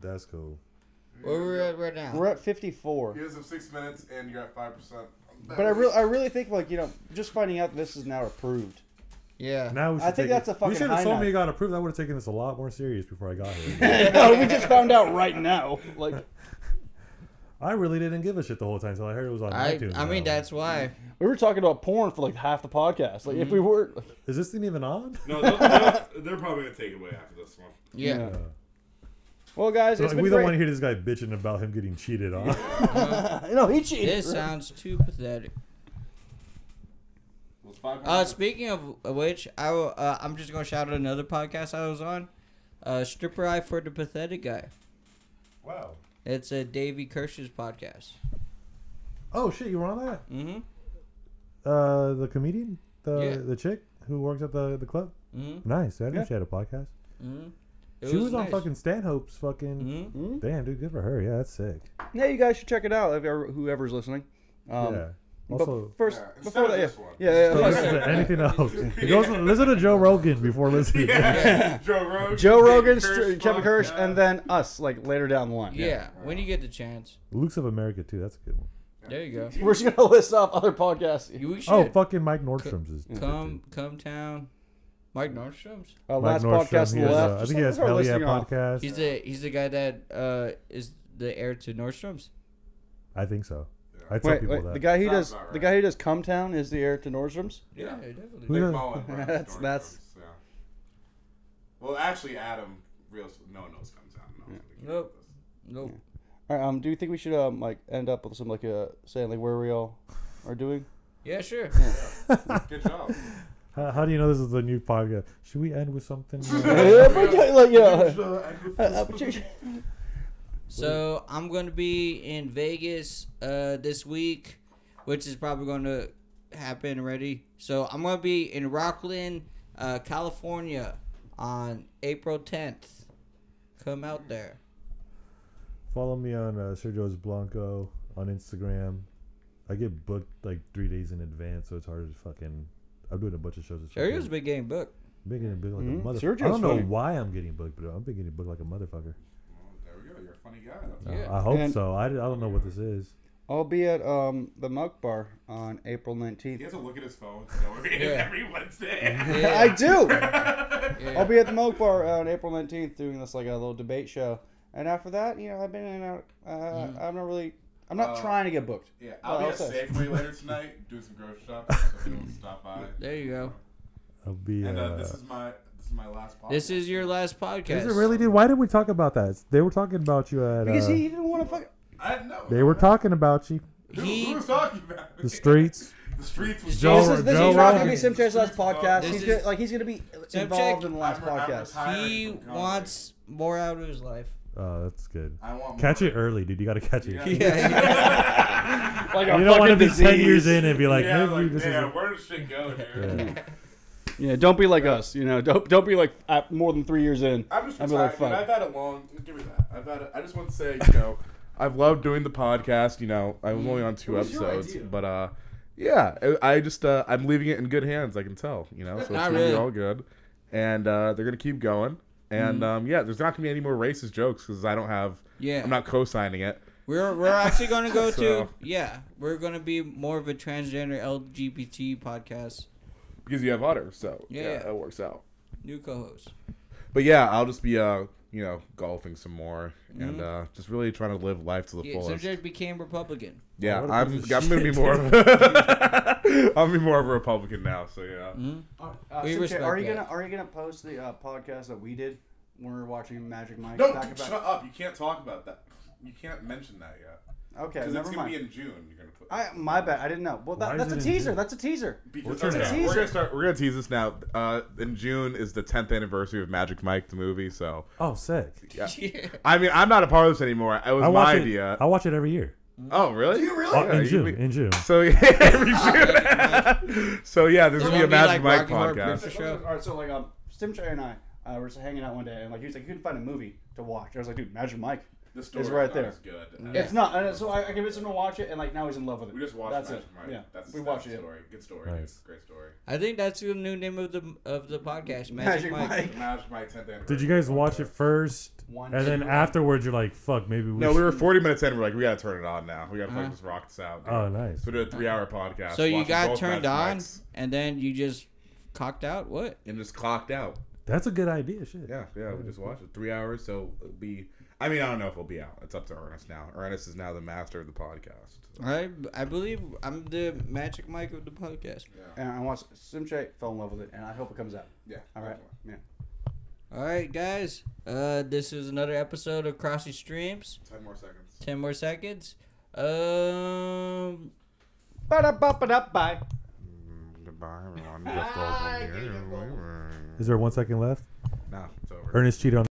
That's cool. Where we're at right now. We're at 54. Here's some six minutes, and you're at five percent. But I really, I really think like you know, just finding out this is now <laughs> approved. yeah. Now we I think should take that's it. a fucking You should high have told note. me it got approved. I would have taken this a lot more serious before I got here. no, we just found out right now. Like I really didn't give a shit the whole time until I heard it was on I, iTunes. I mean, now. that's why. We were talking about porn for like half the podcast. Like if Mm-hmm. we were, is this thing even on? No, <laughs> they'll- they'll- they're probably gonna take it away after this one. Yeah. Yeah. well, guys, it's Like, been we great. don't want to hear this guy bitching about him getting cheated on. <laughs> <laughs> no, he cheated. This uh, sounds too pathetic. Well, it's five Uh, minutes. speaking of which, I will, uh, I'm just gonna shout out another podcast I was on, uh, "Stripper Eye for the Pathetic Guy." wow. It's a Davey Kirsch's podcast. Oh shit, you were on that? Mm-hmm. Uh, the comedian, the Yeah. the chick who works at the the club. Mm-hmm. Nice. I didn't know Yeah. she had a podcast. Mm-hmm. she was, on fucking Stanhope's fucking. Mm-hmm. <laughs> Damn, dude, good for her. Yeah, that's sick. Yeah, you guys should check it out. If ever, whoever's listening. Um, yeah. but Also, first, Yeah, instead before of that, this yeah, one. yeah, yeah, don't yeah. listen to anything else. It goes- listen to Joe Rogan before listening. yeah. <coughs> Joe <laughs> Rogan. Joe David Rogan, Kirsch, Str- Kevin fuck Kirsch, yeah. and then us, like later down the line. Yeah. when you get the chance. Luke's of America too. That's a good one. There you go. We're just gonna <laughs> list off other podcasts. You we should Oh, fucking Mike Nordstrom's is. good, come too. come town. Mike Nordstrom's. Uh, Mike last Nordstrom, podcast he left. has, uh, I Just think he has start Hell Yeah listing off. podcast. He's the he's the guy that uh is the heir to Nordstrom's. I think so. I tell Wait, people wait. that. The guy who Sounds does about the right. guy who does Come Town is the heir to Nordstrom's. Yeah. definitely. Who Nick the- Mullen runs That's- Storm that's- Troops, yeah. Well, actually, Adam, real no one knows comes out. No one's gonna get Nope. this. Nope. All right, um, do you think we should um like end up with some like uh, saying like where we all are <laughs> doing? Yeah, sure. Good <laughs> job. How, how do you know this is the new podcast? Should we end with something? <laughs> <laughs> Yeah, but, yeah, like, yeah. Uh, <laughs> So I'm gonna be in Vegas uh, this week, which is probably gonna happen already. So I'm gonna be in Rockland, uh, California, on April 10th. Come out there. Follow me on uh, Sergio's Blanco on Instagram. I get booked like three days in advance, so it's hard to fucking. I'm doing a bunch of shows. This Sergio's weekend. big game book. been getting booked like Mhm. a motherfucker. Sergio's I don't know funny. why I'm getting booked, but I've been getting booked like a motherfucker. there we go. You're a funny guy. That's Yeah. Uh, I hope And- so. I, I don't know what this is. <laughs> I'll be at um the Muck Bar on April He nineteenth. has to look at his phone to know <laughs> where he is Yeah. every Wednesday. <laughs> Yeah. I do. <laughs> Yeah. I'll be at the Milk Bar uh, on April 19th doing this like a little debate show. And after that, you know, I've been in and out. Uh, I'm not really. I'm not Uh, trying to get booked. Yeah, I'll be Well, at also- Safeway later tonight, do some grocery shopping, so if anyone stop by. There you go. I'll be. And uh, uh, this is my this is my last podcast. This is your last podcast. is it really, dude? Why did we talk about that? They were talking about you at. Because uh, he didn't want to fuck. I know. They were talking about you. Who, He- who was talking about The streets. <laughs> The streets was Joe- this is, this Joe is not going to Rogan. be Simchek's last podcast. This He's is- gonna, like he's going to be involved in the last I'm- I'm podcast. retired. He Hiring from comedy. wants more out of his life. Oh, that's good. I want Catch more. it early, dude. You gotta catch it. Yeah. Yeah. Like <laughs> <laughs> You don't want to be ten years in and be like, yeah, maybe like, this man, is. where does shit go, dude? Yeah. Yeah, don't be like us. You know, don't don't be like uh, more than three years in. I'm just I'd retired. be like, dude. fuck. I've had a long. Give me that. I've had. A, I just want to say, you know, I've loved doing the podcast. You know, I was only on two was your episodes, idea? but uh, yeah, I I just uh, I'm leaving it in good hands. I can tell. You know, so it's Not gonna be really. all good, and uh, they're gonna keep going. And um, yeah, there's not gonna be any more racist jokes because I don't have. <laughs> Yeah. I'm not co-signing it. We're we're actually gonna go to So- yeah. We're gonna be more of a transgender LGBT podcast. because you have Otter, so Yeah, yeah, yeah. that works out. New co-host. But yeah, I'll just be uh, you know, golfing some more and uh, just really trying to live life to the Yeah, fullest. Subject became Republican. yeah, What a I'm piece of I'm gonna be shit. more. Of, I'll be more of a <laughs> Republican now. So yeah, We Simchek, respect Uh, are you that. gonna are you gonna post the uh, podcast that we did when we were watching Magic Mike? no, back shut about- up! You can't talk about that. You can't mention that yet Okay, because it's never gonna mind. be in June. You're gonna put. I, my bad. I didn't know. Well, Why that, is that's it a in teaser. June? That's a teaser. because We'll turn okay, it down. we're gonna start. We're gonna tease this now. Uh, in June is the 10th anniversary of Magic Mike the movie. So Oh, sick. <laughs> Yeah. I mean, I'm not a part of this anymore. It was I my watch it. idea. I watch it every year. oh really? you really? Oh, in June. In June. So <laughs> yeah, every June. so yeah, this It's will be a gonna be like Magic Mike Rocky Horror podcast. Picture Show. All right, so like um, Simchai and I uh, were just hanging out one day, and like he was like, "You can find a movie to watch." I was like, "Dude, Magic Mike." The It's right there. good. It's not, and uh, so I, I convinced him to watch it, and like now he's in love with it. We just watched That's Magic it. Mike. Yeah, That's we that's watched the it. Story. Good story. dude. Nice. Great story. I think that's the new name of the of the podcast. Magic, Magic Mike. Mike. The Magic Mike 10th anniversary. Did you guys watch it first, One, and then two. afterwards you're like, "Fuck, maybe we." No, we should- were 40 minutes in. We're like, we gotta turn it on now. We gotta fucking just rock this out. dude. Oh, nice. So we did a three-hour podcast. So you watching got both turned Magic on, Mikes and then you just cocked out. What? and just clocked out. That's a good idea. Shit. Yeah, yeah. We just watched it three hours. So it'll be. I mean, I don't know if it'll be out. It's up to Ernest now. Ernest is now the master of the podcast. I I believe I'm the magic mic of the podcast. And I watched Simchay, fell in love with it, and I hope it comes out. Yeah. All right. Yeah. All right, guys. Uh, this is another episode of Crossy Streams. Ten more seconds. Ten more seconds. Um, Ba-da-ba-ba-da-bye. Mm, Goodbye, <laughs> Ah, everyone. Just over here. Is there one second left? No, it's over. Ernest cheated on.